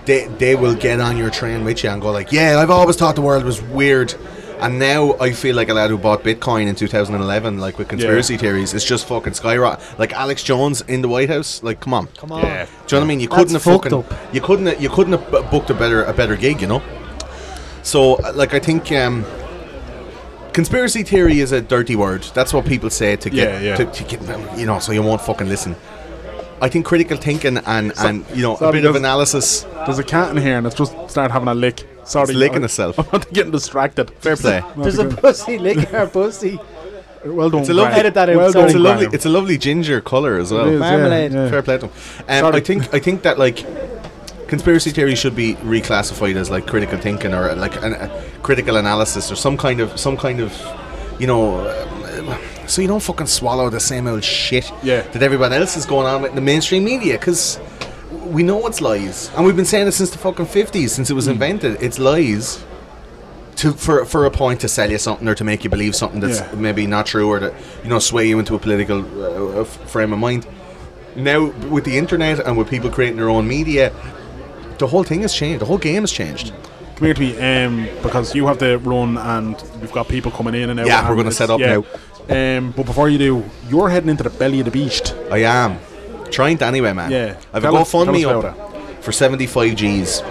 C: They, they will get on your train with you and go like, yeah, I've always thought the world was weird, and now I feel like a lad who bought Bitcoin in 2011, like with conspiracy theories. It's just fucking skyrocket. Like Alex Jones in the White House. Like, come on,
B: Come on.
A: Yeah.
C: do you know what I mean? You
B: That's
C: couldn't have
B: fucked
C: fucking,
B: up.
C: you couldn't have, you couldn't have bu- booked a better a better gig, you know. So uh, like I think um, conspiracy theory is a dirty word. That's what people say to get
A: Yeah, yeah.
C: To, to get them, you know, so you won't fucking listen. I think critical thinking and and you know a
A: sorry,
C: bit of
A: there's-
C: analysis.
A: There's a cat in here and it's just started having a lick. Sorry.
C: It's licking
A: I-
C: itself.
A: I'm not getting distracted. Fair
C: play.
A: play.
B: There's a pussy licking her pussy.
A: well done.
C: It's a lovely-
A: Brian.
B: Edit that out,
A: Well done,
B: sorry.
C: It's a lovely
A: Brian.
C: it's a lovely ginger color as well.
A: It is, yeah,
B: Marmalade.
A: yeah.
C: Fair play to 'em. Um,
A: Sorry.
C: I think I think that like conspiracy theory should be reclassified as like critical thinking or like an, a critical analysis or some kind of some kind of you know. um, So you don't fucking swallow the same old shit
A: Yeah.
C: that everybody else is going on with in the mainstream media because we know it's lies and we've been saying it since the fucking fifties since it was invented. It's lies to for for a point to sell you something or to make you believe something that's
A: Yeah.
C: maybe not true or that you know sway you into a political uh, uh, f- frame of mind. Now with the internet and with people creating their own media, the whole thing has changed. The whole game has changed.
A: Come here to me, um, because you have to run and we've got people coming in and out.
C: Yeah,
A: and
C: we're gonna
A: it's-
C: set up
A: yeah. Um, but before you do, you're heading into the belly of the beast.
C: I am trying to anyway, man.
A: Yeah.
C: I've
A: Tell
C: a
A: us-
C: GoFundMe
A: tell us
C: up for seventy five G's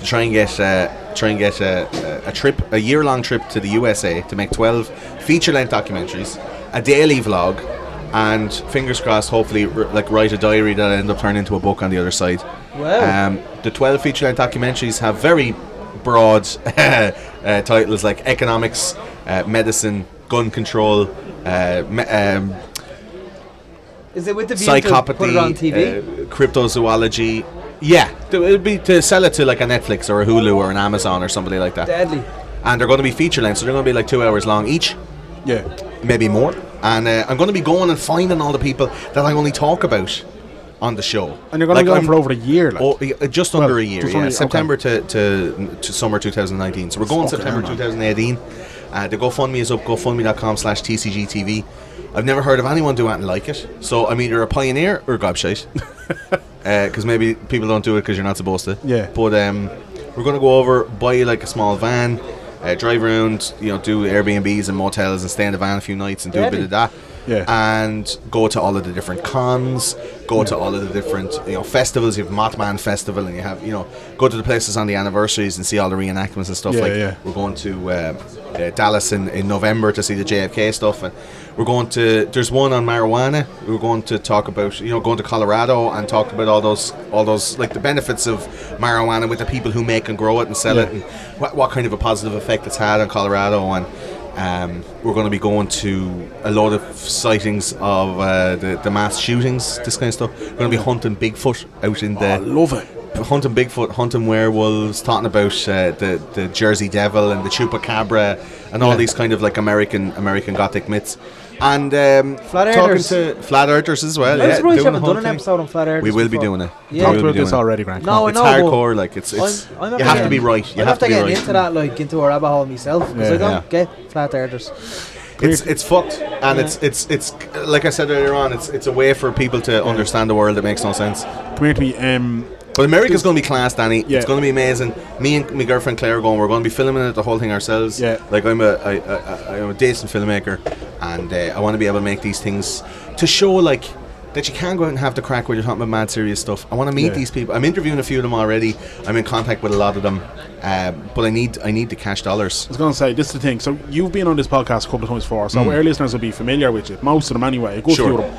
C: to try and get uh, try and get a, a, a trip, a year long trip to the USA to make twelve feature length documentaries, a daily vlog, and fingers crossed, hopefully, r- like write a diary that I end up turning into a book on the other side.
B: Wow.
C: Um, the twelve feature length documentaries have very broad uh, titles like economics, uh, medicine, gun control. Uh, me- um,
B: Is it with the view to
C: psychopathy,
B: put it on TV?
C: Uh, cryptozoology. Yeah, th- it'd be to sell it to like a Netflix or a Hulu or an Amazon or somebody like that.
B: Deadly.
C: And they're going to be feature length, so they're going to be like two hours long each,
A: Yeah.
C: maybe more. And uh, I'm going to be going and finding all the people that I only talk about on the show.
A: And you're going
C: Like,
A: to go
C: I'm-
A: for over a year. Like.
C: Oh, yeah, just under
A: Well,
C: a year.
A: just
C: Yeah,
A: under- okay.
C: September to, to to summer 2019. So we're going
A: Fucking
C: September
A: hell, man.
C: 2018. Uh, the GoFundMe is up. GoFundMe.com/slash TCGTV. I've never heard of anyone do anything like it. So I'm either a pioneer or a gobshite. Because maybe people don't do it because you're not supposed to.
A: Yeah.
C: But um, we're going to go over, buy like a small van, uh, drive around, you know, do Airbnbs and motels and stay in the van a few nights and do a bit
B: Ready.
C: of that
A: Yeah.
C: and go to all of the different cons, go to all of the different you know festivals. You have Mothman Festival, and you have you know go to the places on the anniversaries and see all the reenactments and stuff.
A: Yeah,
C: like
A: yeah.
C: we're going to uh, uh, Dallas in, in November to see the JFK stuff, and we're going to there's one on marijuana. We're going to talk about you know going to Colorado and talk about all those all those like the benefits of marijuana with the people who make and grow it and sell it,
A: Yeah.
C: and what, what kind of a positive effect it's had on Colorado and. Um, we're going to be going to a lot of sightings of uh, the, the mass shootings, this kind of stuff. We're going to be hunting Bigfoot out in
A: Oh, I
C: the
A: love it.
C: hunting Bigfoot, hunting werewolves, talking about uh, the the Jersey Devil and the Chupacabra and all
A: Yeah.
C: these kind of like American American Gothic myths, and um,
B: Flat
C: talking
B: earthers.
C: to flat earthers as
B: I
C: well.
B: was
C: Yeah,
B: surprised you
C: doing the
B: haven't
C: whole
B: done an
C: thing.
B: episode on Flat Earth.
C: We will be doing it.
B: Yeah.
C: We
A: Talked
C: will be
A: about this
C: doing it.
A: already, Grant.
B: No, I
C: It's
B: know. but
C: hardcore, like it's it's.
B: I'm- I'm not
C: you have to
B: getting-
C: be right. You
B: I'll
C: have to be
B: get
C: right.
B: into that, like into a rabbit hole myself, because
A: Yeah.
B: I don't
C: Yeah.
B: get flat earthers.
C: It's it's fucked, and it's it's it's like I said earlier on. It's it's a way for people to understand the world that makes no sense.
A: Come here to me. Um,
C: But America's going to be class, Danny.
A: Yeah.
C: It's going to be amazing. Me and my girlfriend Claire are going. We're going to be filming it, the whole thing ourselves.
A: Yeah.
C: Like I'm a I, I, I, I'm a decent filmmaker, and uh, I want to be able to make these things to show like that you can go out and have the crack when you're talking about mad serious stuff. I want to meet
A: Yeah.
C: these people. I'm interviewing a few of them already. I'm in contact with a lot of them, uh, but I need I need the cash dollars.
A: I was going to say, this is the thing. So, you've been on this podcast a couple of times before, so our listeners will be familiar with it. Most of them, anyway. A good
C: Mm. Sure.
A: few of them.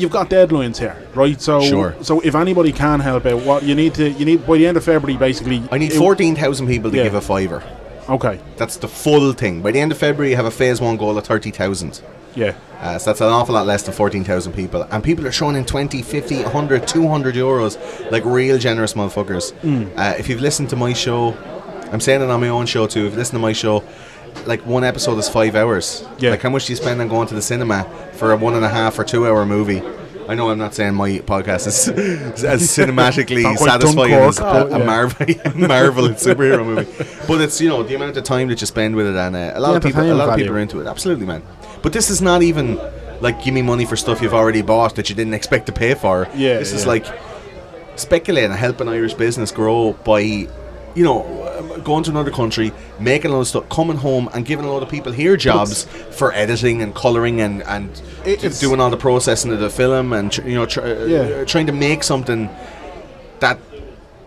A: You've got deadlines here, right? So,
C: Sure.
A: so if anybody can help out, what you need to, you need by the end of February, basically.
C: I need
A: it-
C: fourteen thousand people to
A: Yeah.
C: give a fiver.
A: Okay,
C: That's the full thing. By the end of February, you have a phase one goal of thirty thousand.
A: yeah,
C: Uh, so that's an awful lot less than 14,000 people. And people are showing in 20, 50, 100, 200 euros like real generous motherfuckers.
A: Hmm.
C: Uh, if you've listened to my show, I'm saying it on my own show too. If you've listened to my show, like one episode is five hours.
A: Yeah.
C: Like how much do you spend on going to the cinema for a one and a half or two hour movie? I know I'm not saying my podcast is as cinematically
A: Not quite
C: satisfying as
A: Dunkirk,
C: a,
A: but
C: a
A: yeah.
C: Marvel, Marvel and superhero movie, but it's you know the amount of time that you spend with it, and uh, a lot
A: The
C: of people, a
A: entertainment
C: lot of
A: value.
C: people are into it. Absolutely, man. But this is not even like give me money for stuff you've already bought that you didn't expect to pay for.
A: Yeah,
C: this is
A: yeah.
C: like speculating, helping Irish business grow by, you know, um, going to another country, making a lot of stuff, coming home, and giving a lot of people here jobs for editing and coloring and and
A: It-
C: d-
A: it's-
C: doing all the processing of the film and tr- you know tr-
A: Yeah.
C: uh trying to make something that.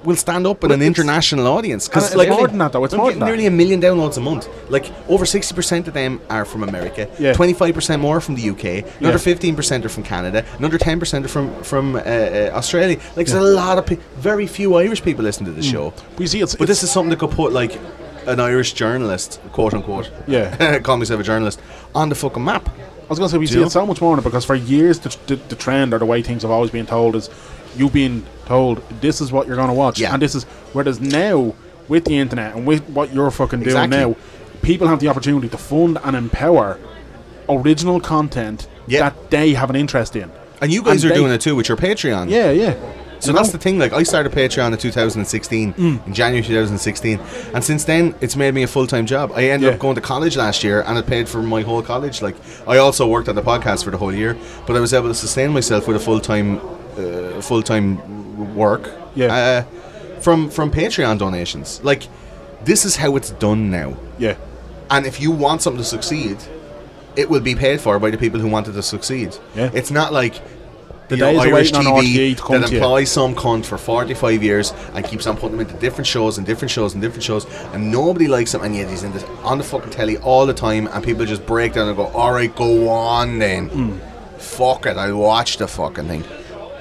C: Will stand up in an
A: it's-
C: international audience
A: And
C: because
A: it's
C: like
A: more
C: we're-
A: than that, though. It's
C: we're
A: more
C: getting
A: than that.
C: nearly a million downloads a month. Like over sixty percent of them are from America.
A: Yeah.
C: Twenty five percent more from the UK.
A: Yeah.
C: Another fifteen percent are from Canada. Another ten percent are from from uh, uh, Australia. Like there's a lot of pe- very few Irish people listen to the
A: Mm.
C: show.
A: We see it's,
C: But
A: it's
C: this is something that could put like an Irish journalist, quote unquote,
A: Yeah.
C: call myself a journalist, on the fucking map.
A: I was going to say we see
C: you?
A: it so much more now because for years the, the, the trend or the way things have always been told is you've been told this is what you're going to watch
C: Yeah.
A: and this is whereas now with the internet and with what you're fucking
C: Exactly.
A: doing now people have the opportunity to fund and empower original content
C: Yeah.
A: that they have an interest in
C: And you guys
A: And
C: are
A: they-
C: doing it too with your Patreon.
A: yeah yeah
C: So
A: You
C: that's
A: know?
C: the thing. Like, I started Patreon in 2016,
A: Mm.
C: in January 2016, and since then, it's made me a full time job. I ended
A: Yeah.
C: up going to college last year, and it paid for my whole college. Like, I also worked on the podcast for the whole year, but I was able to sustain myself with a full time, uh, full time work.
A: Yeah.
C: Uh, from from Patreon donations. Like, this is how it's done now.
A: yeah
C: And if you want something to succeed, it will be paid for by the people who wanted to succeed.
A: Yeah.
C: It's not like the
A: days of
C: Irish
A: waiting on RTE
C: TV
A: to come
C: that
A: to you.
C: employs some cunt for 45 years and keeps on putting them into different shows and different shows and different shows and nobody likes him and yet he's in this, on the fucking telly all the time and people just break down and go, alright, go on then.
A: Hmm.
C: Fuck it, I'll watch the fucking thing.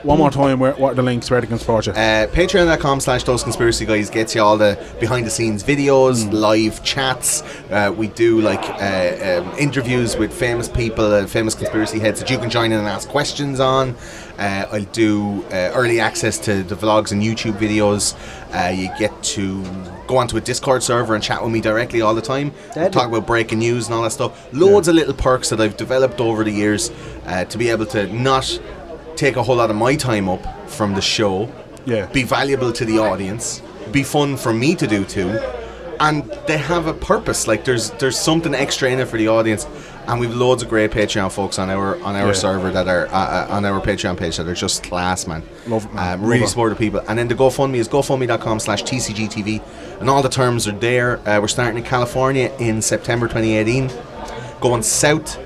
A: one more time where, what are the links where they can support you
C: Uh, Patreon.com slash Those Conspiracy Guys gets you all the behind the scenes videos, live chats. Uh, we do like uh, um, interviews with famous people and famous conspiracy heads that you can join in and ask questions on. Uh, I'll do uh, early access to the vlogs and YouTube videos. Uh, you get to go onto a Discord server and chat with me directly all the time.
B: Deadly.
C: Talk about breaking news and all that stuff. Loads of little perks that I've developed over the years uh, to be able to not take a whole lot of my time up from the show,
A: Yeah.
C: be valuable to the audience, be fun for me to do too, and they have a purpose. Like there's there's something extra in it for the audience, and we've loads of great Patreon folks on our on our
A: Yeah.
C: server that are uh, uh, on our Patreon page that are just class, man.
A: Love it, man.
C: Um, really
A: Love it.
C: supportive people. And then the GoFundMe is gofundme.com slash TCGTV, and all the terms are there. Uh, we're starting in California in September 2018 going south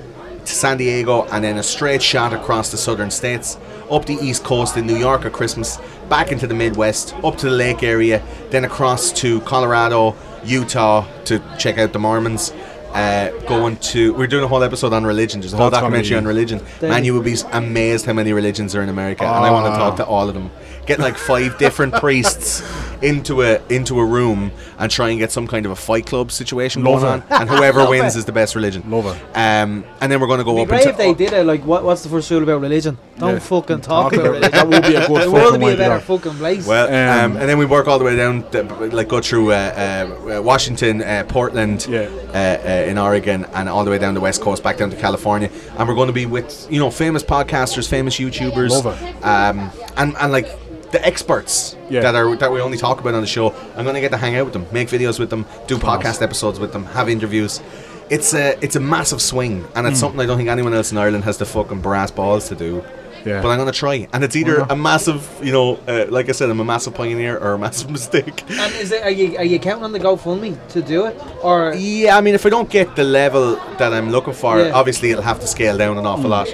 C: to San Diego and then a straight shot across the southern states, up the east coast in New York at Christmas, back into the Midwest, up to the lake area, then across to Colorado, Utah to check out the Mormons. Uh, going to we're doing a whole episode on religion. There's a whole
A: That's gonna
C: documentary
A: be-
C: on religion.
B: There
C: Man,
B: you-
C: you would be amazed how many religions are in America, and I want to
A: Ah.
C: talk to all of them. Get like five different priests into a into a room and try and get some kind of a fight club situation
A: Love
C: going
A: it.
C: on, and whoever
B: Love
C: wins
B: it.
C: is the best religion.
A: Love it.
C: Um, and then we're going to go
B: Be
C: up
B: great
C: into
B: if they did it. Like, what, what's the first rule about religion? Don't
A: Yeah.
B: fucking
A: Talk
B: talk, about
A: about-
B: religion.
A: that would be a good
B: The world
A: fucking
B: would be
A: way
B: a
A: to
B: better
A: go.
B: fucking place.
C: Well, um,
A: Um,
C: and then we work all the way down, to, like go through uh, uh, uh, Washington, uh, Portland,
A: Yeah.
C: uh, uh, in Oregon, and all the way down the West Coast, back down to California. And we're going to be with you know famous podcasters, famous YouTubers,
A: Love it.
C: um, and and like the experts
A: Yeah.
C: that are that we only talk about on the show. I'm going to get to hang out with them, make videos with them, do podcast episodes with them, have interviews. It's a it's a massive swing, and
A: Mm.
C: it's something I don't think anyone else in Ireland has the fucking brass balls to do.
A: Yeah.
C: But I'm gonna try, and it's either
A: not?
C: a massive, you know, uh, like I said, I'm a massive pioneer or a massive mistake.
B: and is it, are you are you counting on the GoFundMe to do it, or
C: yeah, I mean, if I don't get the level that I'm looking for,
B: Yeah.
C: obviously it'll have to scale down an
A: Mm.
C: awful lot,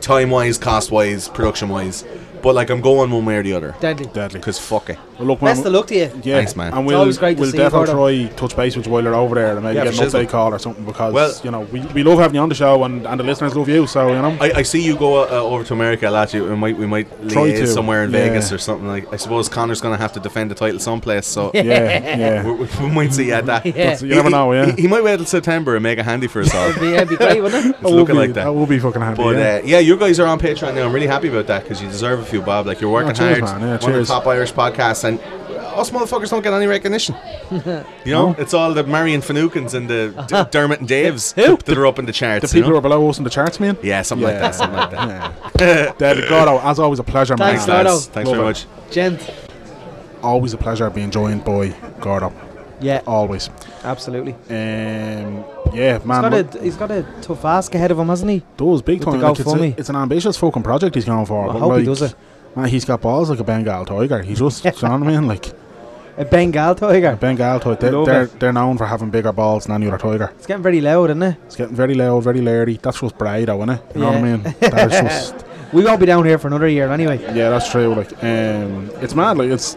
C: time wise, cost wise, production wise. But like, I'm going one way or the other.
B: deadly?
A: Deadly.
C: Because fuck it.
A: Well, look,
B: Best
A: man,
B: of luck to you.
A: Yeah,
C: Thanks, man.
A: And
B: It's
A: we'll,
B: always great to
A: we'll
B: see you,
A: definitely try touch base with you while you're over there and maybe
C: Yeah,
A: get
C: for
A: an
C: shizzle.
A: update call or something because
C: Well-
A: you know we, we love having you on the show and, and the listeners love you. So you know,
C: I, I see you go uh, uh, over to America a lot. You we might we might
A: Try
C: liaise
A: to,
C: somewhere in
A: yeah.
C: Vegas or something. Like I suppose Connor's gonna have to defend the title someplace. So
A: yeah,
C: we,
A: yeah.
C: we we might see you at that.
B: Yeah.
A: You never
C: He-
A: know, yeah.
C: He, he might wait till September and make it handy for us all.
B: It'd be, it'd be great, wouldn't it?
A: That would
C: looking
A: be-
C: like that.
A: That will be fucking happy.
C: But
A: yeah.
C: uh, yeah, you guys are on Patreon now. I'm really happy about that because you deserve a few, Bob. Like you're working
A: Oh, cheers, man.
C: hard,
A: Yeah,
C: one of
A: cheers.
C: the top Irish podcasts, and us motherfuckers don't get any recognition. you know,
A: No.
C: it's all the Marion Fanukins and the D- Dermot and Daves
B: Who?
C: that are up in the charts.
A: the people
C: you
A: who
C: know?
A: are below us in the charts, man.
C: yeah, something like that. Something like that.
A: Yeah. David Gordo, as always, a pleasure, man.
B: Thanks, Gordo.
C: lads. Thanks
A: Love
C: very
A: it.
C: much.
B: Gent.
A: Always a pleasure being joined by Gordo.
B: Yeah,
A: Always.
B: absolutely.
A: Um, yeah,
B: He's
A: man.
B: got, a,
A: look,
B: he's got a tough ask ahead of him, hasn't he?
A: Those big
B: with the
A: time. Like it's,
B: GoFundMe.
A: a, it's an ambitious fucking project he's going for.
B: I
A: but
B: hope he
A: like,
B: does it.
A: Man, he's got balls like a Bengal tiger. He just, you know what I mean? Like
B: A Bengal tiger.
A: Bengal tiger. They're,
B: Love
A: they're,
B: it.
A: they're known for having bigger balls than any other tiger.
B: It's getting very loud, isn't it?
A: It's getting very loud, very lardy. That's just bright, though, innit? You know what I
B: Yeah.
A: mean? That is just.
B: We won't be down here for another year anyway.
A: Yeah, that's true. Like, um, it's mad. Like, it's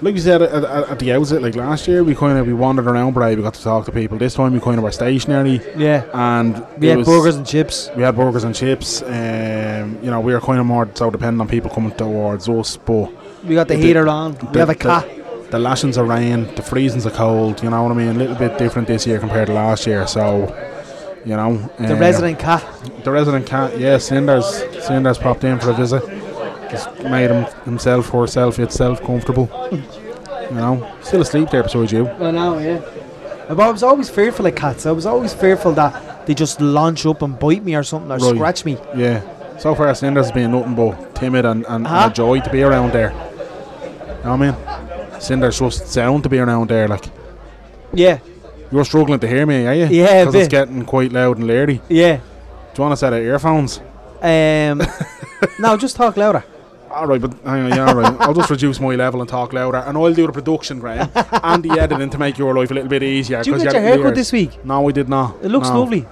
A: like you said at, at, at the outset. Like last year, we kind of we wandered around, but we got to talk to people. This time, we kind of were stationary,
B: Yeah.
A: and
B: We
A: Um, it
B: had
A: was-
B: burgers and chips.
A: We had burgers and chips. Um, you know, we were kind of more so dependent on people coming towards us, but
B: We got the
A: The-
B: heater on. We have a cat.
A: The, the lashings of rain, the freezings of cold. You know what I mean? A little bit different this year compared to last year. So. You know,
B: The
A: um,
B: resident cat.
A: the resident cat, yeah, Cinders, Cinders popped in for a visit. Just made him himself, herself, itself comfortable. You know, still asleep there beside you.
B: I know, yeah. But I was always fearful of cats. I was always fearful that they just launch up and bite me or something or
A: Right.
B: scratch me.
A: Yeah. So far, Cinders has been nothing but timid and, and,
B: Huh?
A: and a joy to be around there. You know what I mean? Cinders just sound to be around there. Like,
B: Yeah,
A: you're struggling to hear me, are you?
B: Yeah, a
A: Because it's
B: bit.
A: getting quite loud and lardy.
B: yeah.
A: Do you want to set out earphones?
B: Um, no, just talk louder.
A: All right, but hang on, yeah, all right. I'll just reduce my level and talk louder, and I'll do the production, Graham, and the editing to make your life a little bit easier.
B: Did you
A: 'cause
B: get your
A: you're-
B: haircut
A: you're-
B: this week?
A: No, we did not.
B: It looks
A: No.
B: lovely.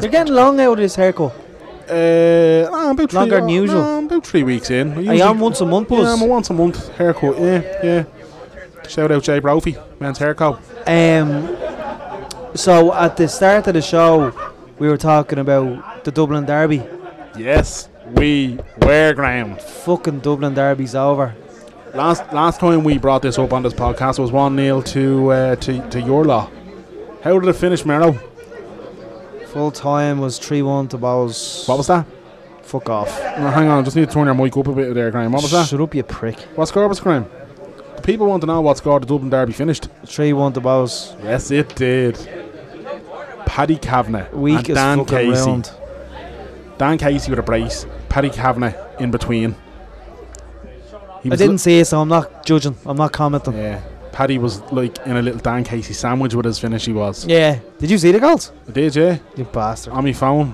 B: You're getting long out of this haircut.
A: Uh, no, about three,
B: Longer than
A: no,
B: usual.
A: no, about three weeks in.
B: I am once a month,
A: Yeah,
B: was.
A: I'm a once a month haircut. Yeah, yeah. Shout out Jay Brophy, men's haircut.
B: Um, so at the start of the show, we were talking about the Dublin Derby.
A: Yes, we were Graham.
B: Fucking Dublin Derby's over.
A: Last last time we brought this up on this podcast was one 0 to uh, to to your law. How did it finish, Merrow?
B: Full time was 3 1 to Bowes.
A: What was that?
B: Fuck off.
A: No, hang on, I just need to turn your mic up a bit there, Graham. What was that?
B: Shut up, you prick.
A: What score was Graham? The people want to know what score the Dublin Derby finished.
B: 3 1 to Bowes.
A: Yes, it did. Paddy Kavanagh
B: Weak
A: and
B: as
A: Dan
B: fucking
A: Casey.
B: round.
A: Dan Casey with a brace. Paddy Kavanagh in between. He
B: I
A: was
B: didn't see it, so I'm not judging. I'm not commenting. Yeah.
A: Yeah. Paddy was like in a little Dan Casey sandwich with his finish. He was.
B: Did you see the goals?
A: I did, yeah.
B: You bastard.
A: On my phone.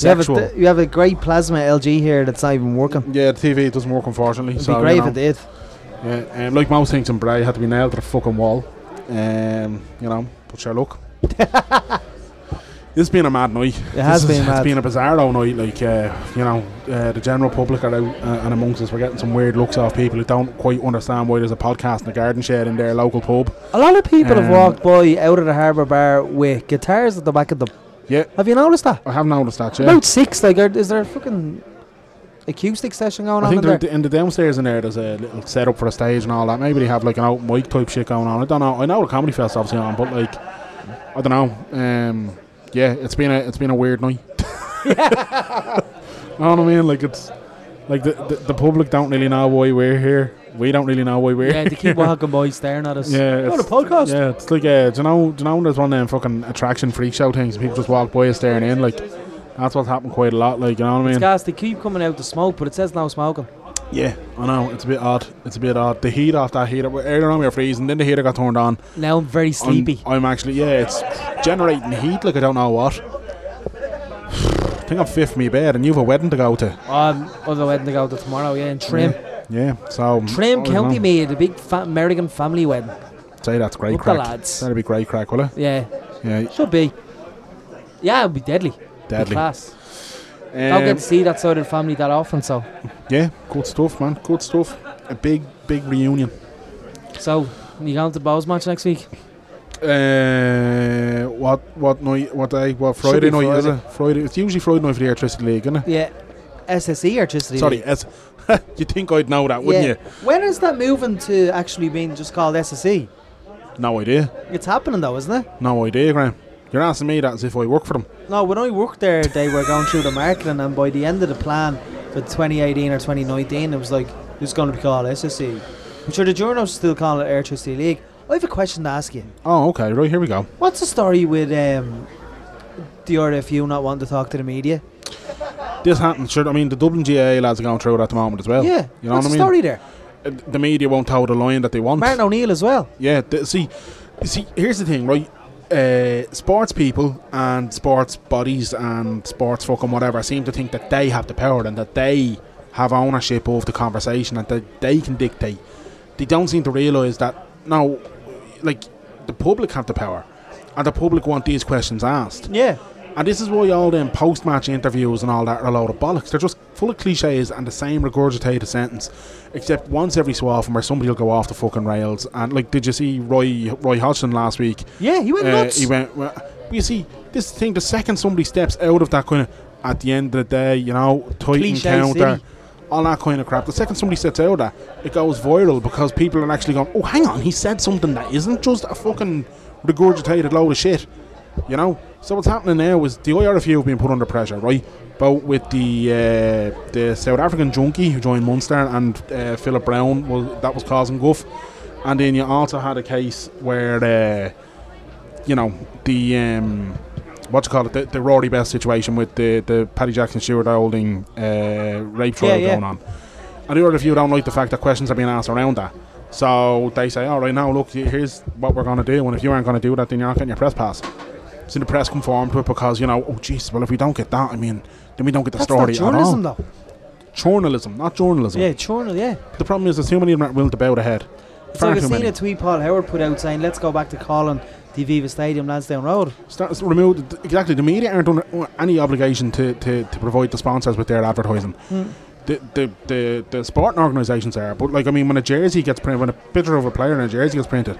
B: You have, a,
A: Sexual.
B: you have a great plasma LG here that's not even working.
A: yeah, the TV doesn't work unfortunately.
B: It'd
A: so
B: be great
A: you
B: if
A: know.
B: it did.
A: Yeah, um, like most things in Bray, had to be nailed to the fucking wall. Um, you know, but sure, look. This has been a mad night.
B: It has been mad.
A: It's been a bizarre old night. Like uh, you know, uh, the general public are out uh, and amongst us. We're getting some weird looks off people who don't quite understand why there's a podcast in the garden shed in their local pub.
B: A lot of people have
A: Um,
B: walked by out of the Harbour Bar with guitars at the back of them.
A: Yeah,
B: Have you noticed that?
A: I have noticed that. Yeah,
B: About six, like, are, is there a fucking acoustic session going
A: I
B: on
A: think
B: in
A: they're
B: there?
A: d- in the downstairs in there. There's a little setup for a stage and all that. Maybe they have like an open mic type shit going on. I don't know. I know the comedy fest obviously on, but like I don't know. Um, yeah, it's been a it's been a weird night. you know what I mean? Like it's like the, the the public don't really know why we're here. We don't really know why we're
B: yeah, they keep walking by staring at us.
A: Yeah,
B: Oh,
A: it's-
B: the podcast.
A: Yeah, it's like uh, do you know do you know when there's one of them fucking attraction freak show things and people just walk by and staring in like that's what's happened quite a lot. Like you know what I
B: It's
A: mean?
B: gas. They keep coming out to smoke, but it says no smoking.
A: Yeah, I know it's a bit odd. It's a bit odd. The heat off that heater. Earlier on we were freezing, then the heater got turned on.
B: Now I'm very
A: I'm-
B: sleepy.
A: I'm, actually yeah, it's generating heat like I don't know what. I think I'm fifth me bed, and you've a wedding to go to.
B: Um, on the wedding to go to tomorrow. Yeah, in Trim,
A: Yeah, Oh, so
B: Trim
A: I don't
B: County
A: know.
B: Mead, a big fa- American family wedding.
A: Say that's great
B: Up the
A: crack.
B: lads.
A: That'd be great crack, will it?
B: Yeah,
A: Yeah,
B: should be. Yeah, it'd be deadly. Be
A: deadly.
B: class. Don't get
A: Um,
B: to see that side of the family that often, so
A: yeah, good stuff, man. Good stuff. A big, big reunion.
B: so you going to the Bows match next week?
A: Uh, what what night? What day? What
B: Should
A: Friday
B: be
A: night is
B: Friday.
A: it? Friday. It's usually Friday night for the electricity league, isn't it?
B: Yeah, SSE or Tricity?
A: Sorry, it's, you think I'd know that, wouldn't you?
B: When is that moving to actually being just called SSE?
A: No idea.
B: It's happening though, isn't it?
A: No idea, Graham. You're asking me that as if I work for them.
B: No, when I worked there, they were going through the marketing, and by the end of the plan for 2018 or 2019, it was like it's going to be called SSE. I'm sure the journals still call it Electricity League. I have a question to ask you.
A: Oh, okay. Right, here we go.
B: What's the story with um, the RFU not wanting to talk to the media?
A: This happened. Sure, I mean, the Dublin GAA lads are going through it at the moment as well.
B: yeah,
A: Oh, You know
B: what's
A: what I mean?
B: the story there?
A: Uh, The media won't toe the line that they want.
B: Martin O'Neill as well.
A: Yeah, th- see, see, here's the thing, right? Uh, sports people and sports bodies and sports fucking whatever seem to think that they have the power and that they have ownership of the conversation and that they can dictate. They don't seem to realise that no, like the public have the power, and the public want these questions asked.
B: Yeah,
A: And this is why all them post match interviews and all that are a load of bollocks. They're just full of cliches and the same regurgitated sentence, except once every so often where somebody will go off the fucking rails. And like, did you see Roy Roy Hodgson last week?
B: yeah, he went
A: Uh,
B: nuts.
A: he went. Well, you see, this thing. The second somebody steps out of that kind of, at the end of the day, you know, tight
B: Cliché
A: encounter,
B: city.
A: all that kind of crap. The second somebody steps out of that, it goes viral because people are actually going, "Oh, hang on, he said something that isn't just a fucking regurgitated load of shit," you know. So what's happening now is the IRFU have been put under pressure, right? Both with the uh, the South African junkie who joined Munster and uh, Philip Brown was that was causing guff, and then you also had a case where. Uh, you know the um, what you call it the, the Rory Best situation with the the Paddy Jackson Stewart Holding uh, rape trial
B: Yeah, yeah.
A: going on. And the other few don't like the fact that questions are being asked around that. So they say, all right, now look, y- here's what we're going to do. And if you aren't going to do that, then you're not getting your press pass. So the press conform to it because, you know, oh, jeez, well, if we don't get that, I mean, then we don't get the
B: That's not
A: story
B: journalism
A: at all.
B: though.
A: Journalism, not journalism.
B: Yeah, journal. Yeah.
A: The problem is there's too many of them that will to bow the head.
B: It's
A: Far
B: like
A: too
B: I've seen
A: many.
B: a tweet Paul Howard put out saying, let's go back to calling the Viva Stadium Lansdowne Road.
A: Start, s- remove th- exactly the media aren't under uh, any obligation to, to, to provide the sponsors with their advertising.
B: Hmm.
A: The, the the the sporting organisations are, but like I mean, when a jersey gets printed, when a picture of a player in a jersey gets printed,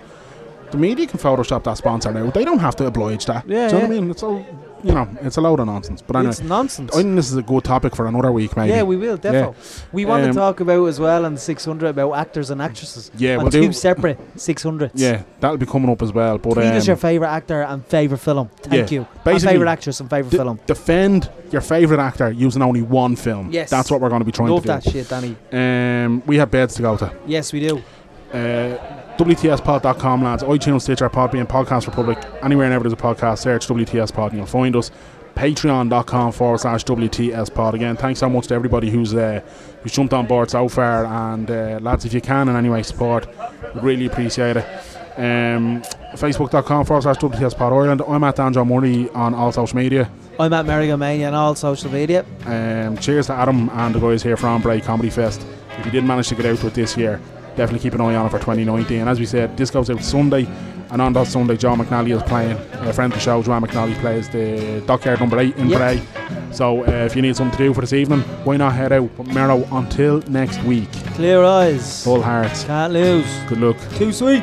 A: the media can Photoshop that sponsor now. They don't have to oblige that.
B: Yeah,
A: Do you know
B: yeah.
A: what I mean? It's all you know, it's a load of nonsense. But anyway,
B: It's nonsense.
A: I think this is a good topic for another week, maybe.
B: yeah, we will, defo. We want
A: Um,
B: to talk about as well on 600 about actors and actresses.
A: Yeah,
B: on
A: we'll
B: two
A: do-
B: separate 600s.
A: yeah, that'll be coming up as well. But
B: Tweet us
A: um,
B: your favourite actor and favourite film. Thank
A: yeah.
B: you. And
A: Basically,
B: favourite actress and favourite
A: de-
B: film.
A: defend your favorite actor using only one film.
B: Yes.
A: that's what we're going to be trying
B: Love
A: to do.
B: that shit, Danny.
A: Um, we have beds to go to.
B: Yes, we do.
A: Uh, WTSpod.com, lads. iTunes, Stitcher, Podbean, Podcast Republic. Anywhere and ever there's a podcast, search WTS Pod and you'll find us. patreon.com forward slash WTS pod. Again, thanks so much to everybody who's uh, who's jumped on board so far. And uh, lads, if you can in any way support, we'd really appreciate it. Um, Facebook.com forward slash WTS pod Ireland. I'm at Dan John Murray on all social media.
B: I'm at Merrigamania on all social media.
A: Um, cheers to Adam and the guys here from Bray Comedy Fest. If you did manage to get out to it this year, definitely keep an eye on it for 2019. And as we said, this goes out Sunday, and on that Sunday, John McNally is playing. A friend of the show, John McNally, plays the Dockyard number 8 in
B: Yep.
A: Bray. So uh, if you need something to do for this evening, why not head out? But Merrow, until next week,
B: Clear eyes.
A: full hearts,
B: Can't lose.
A: good luck.
B: Too sweet.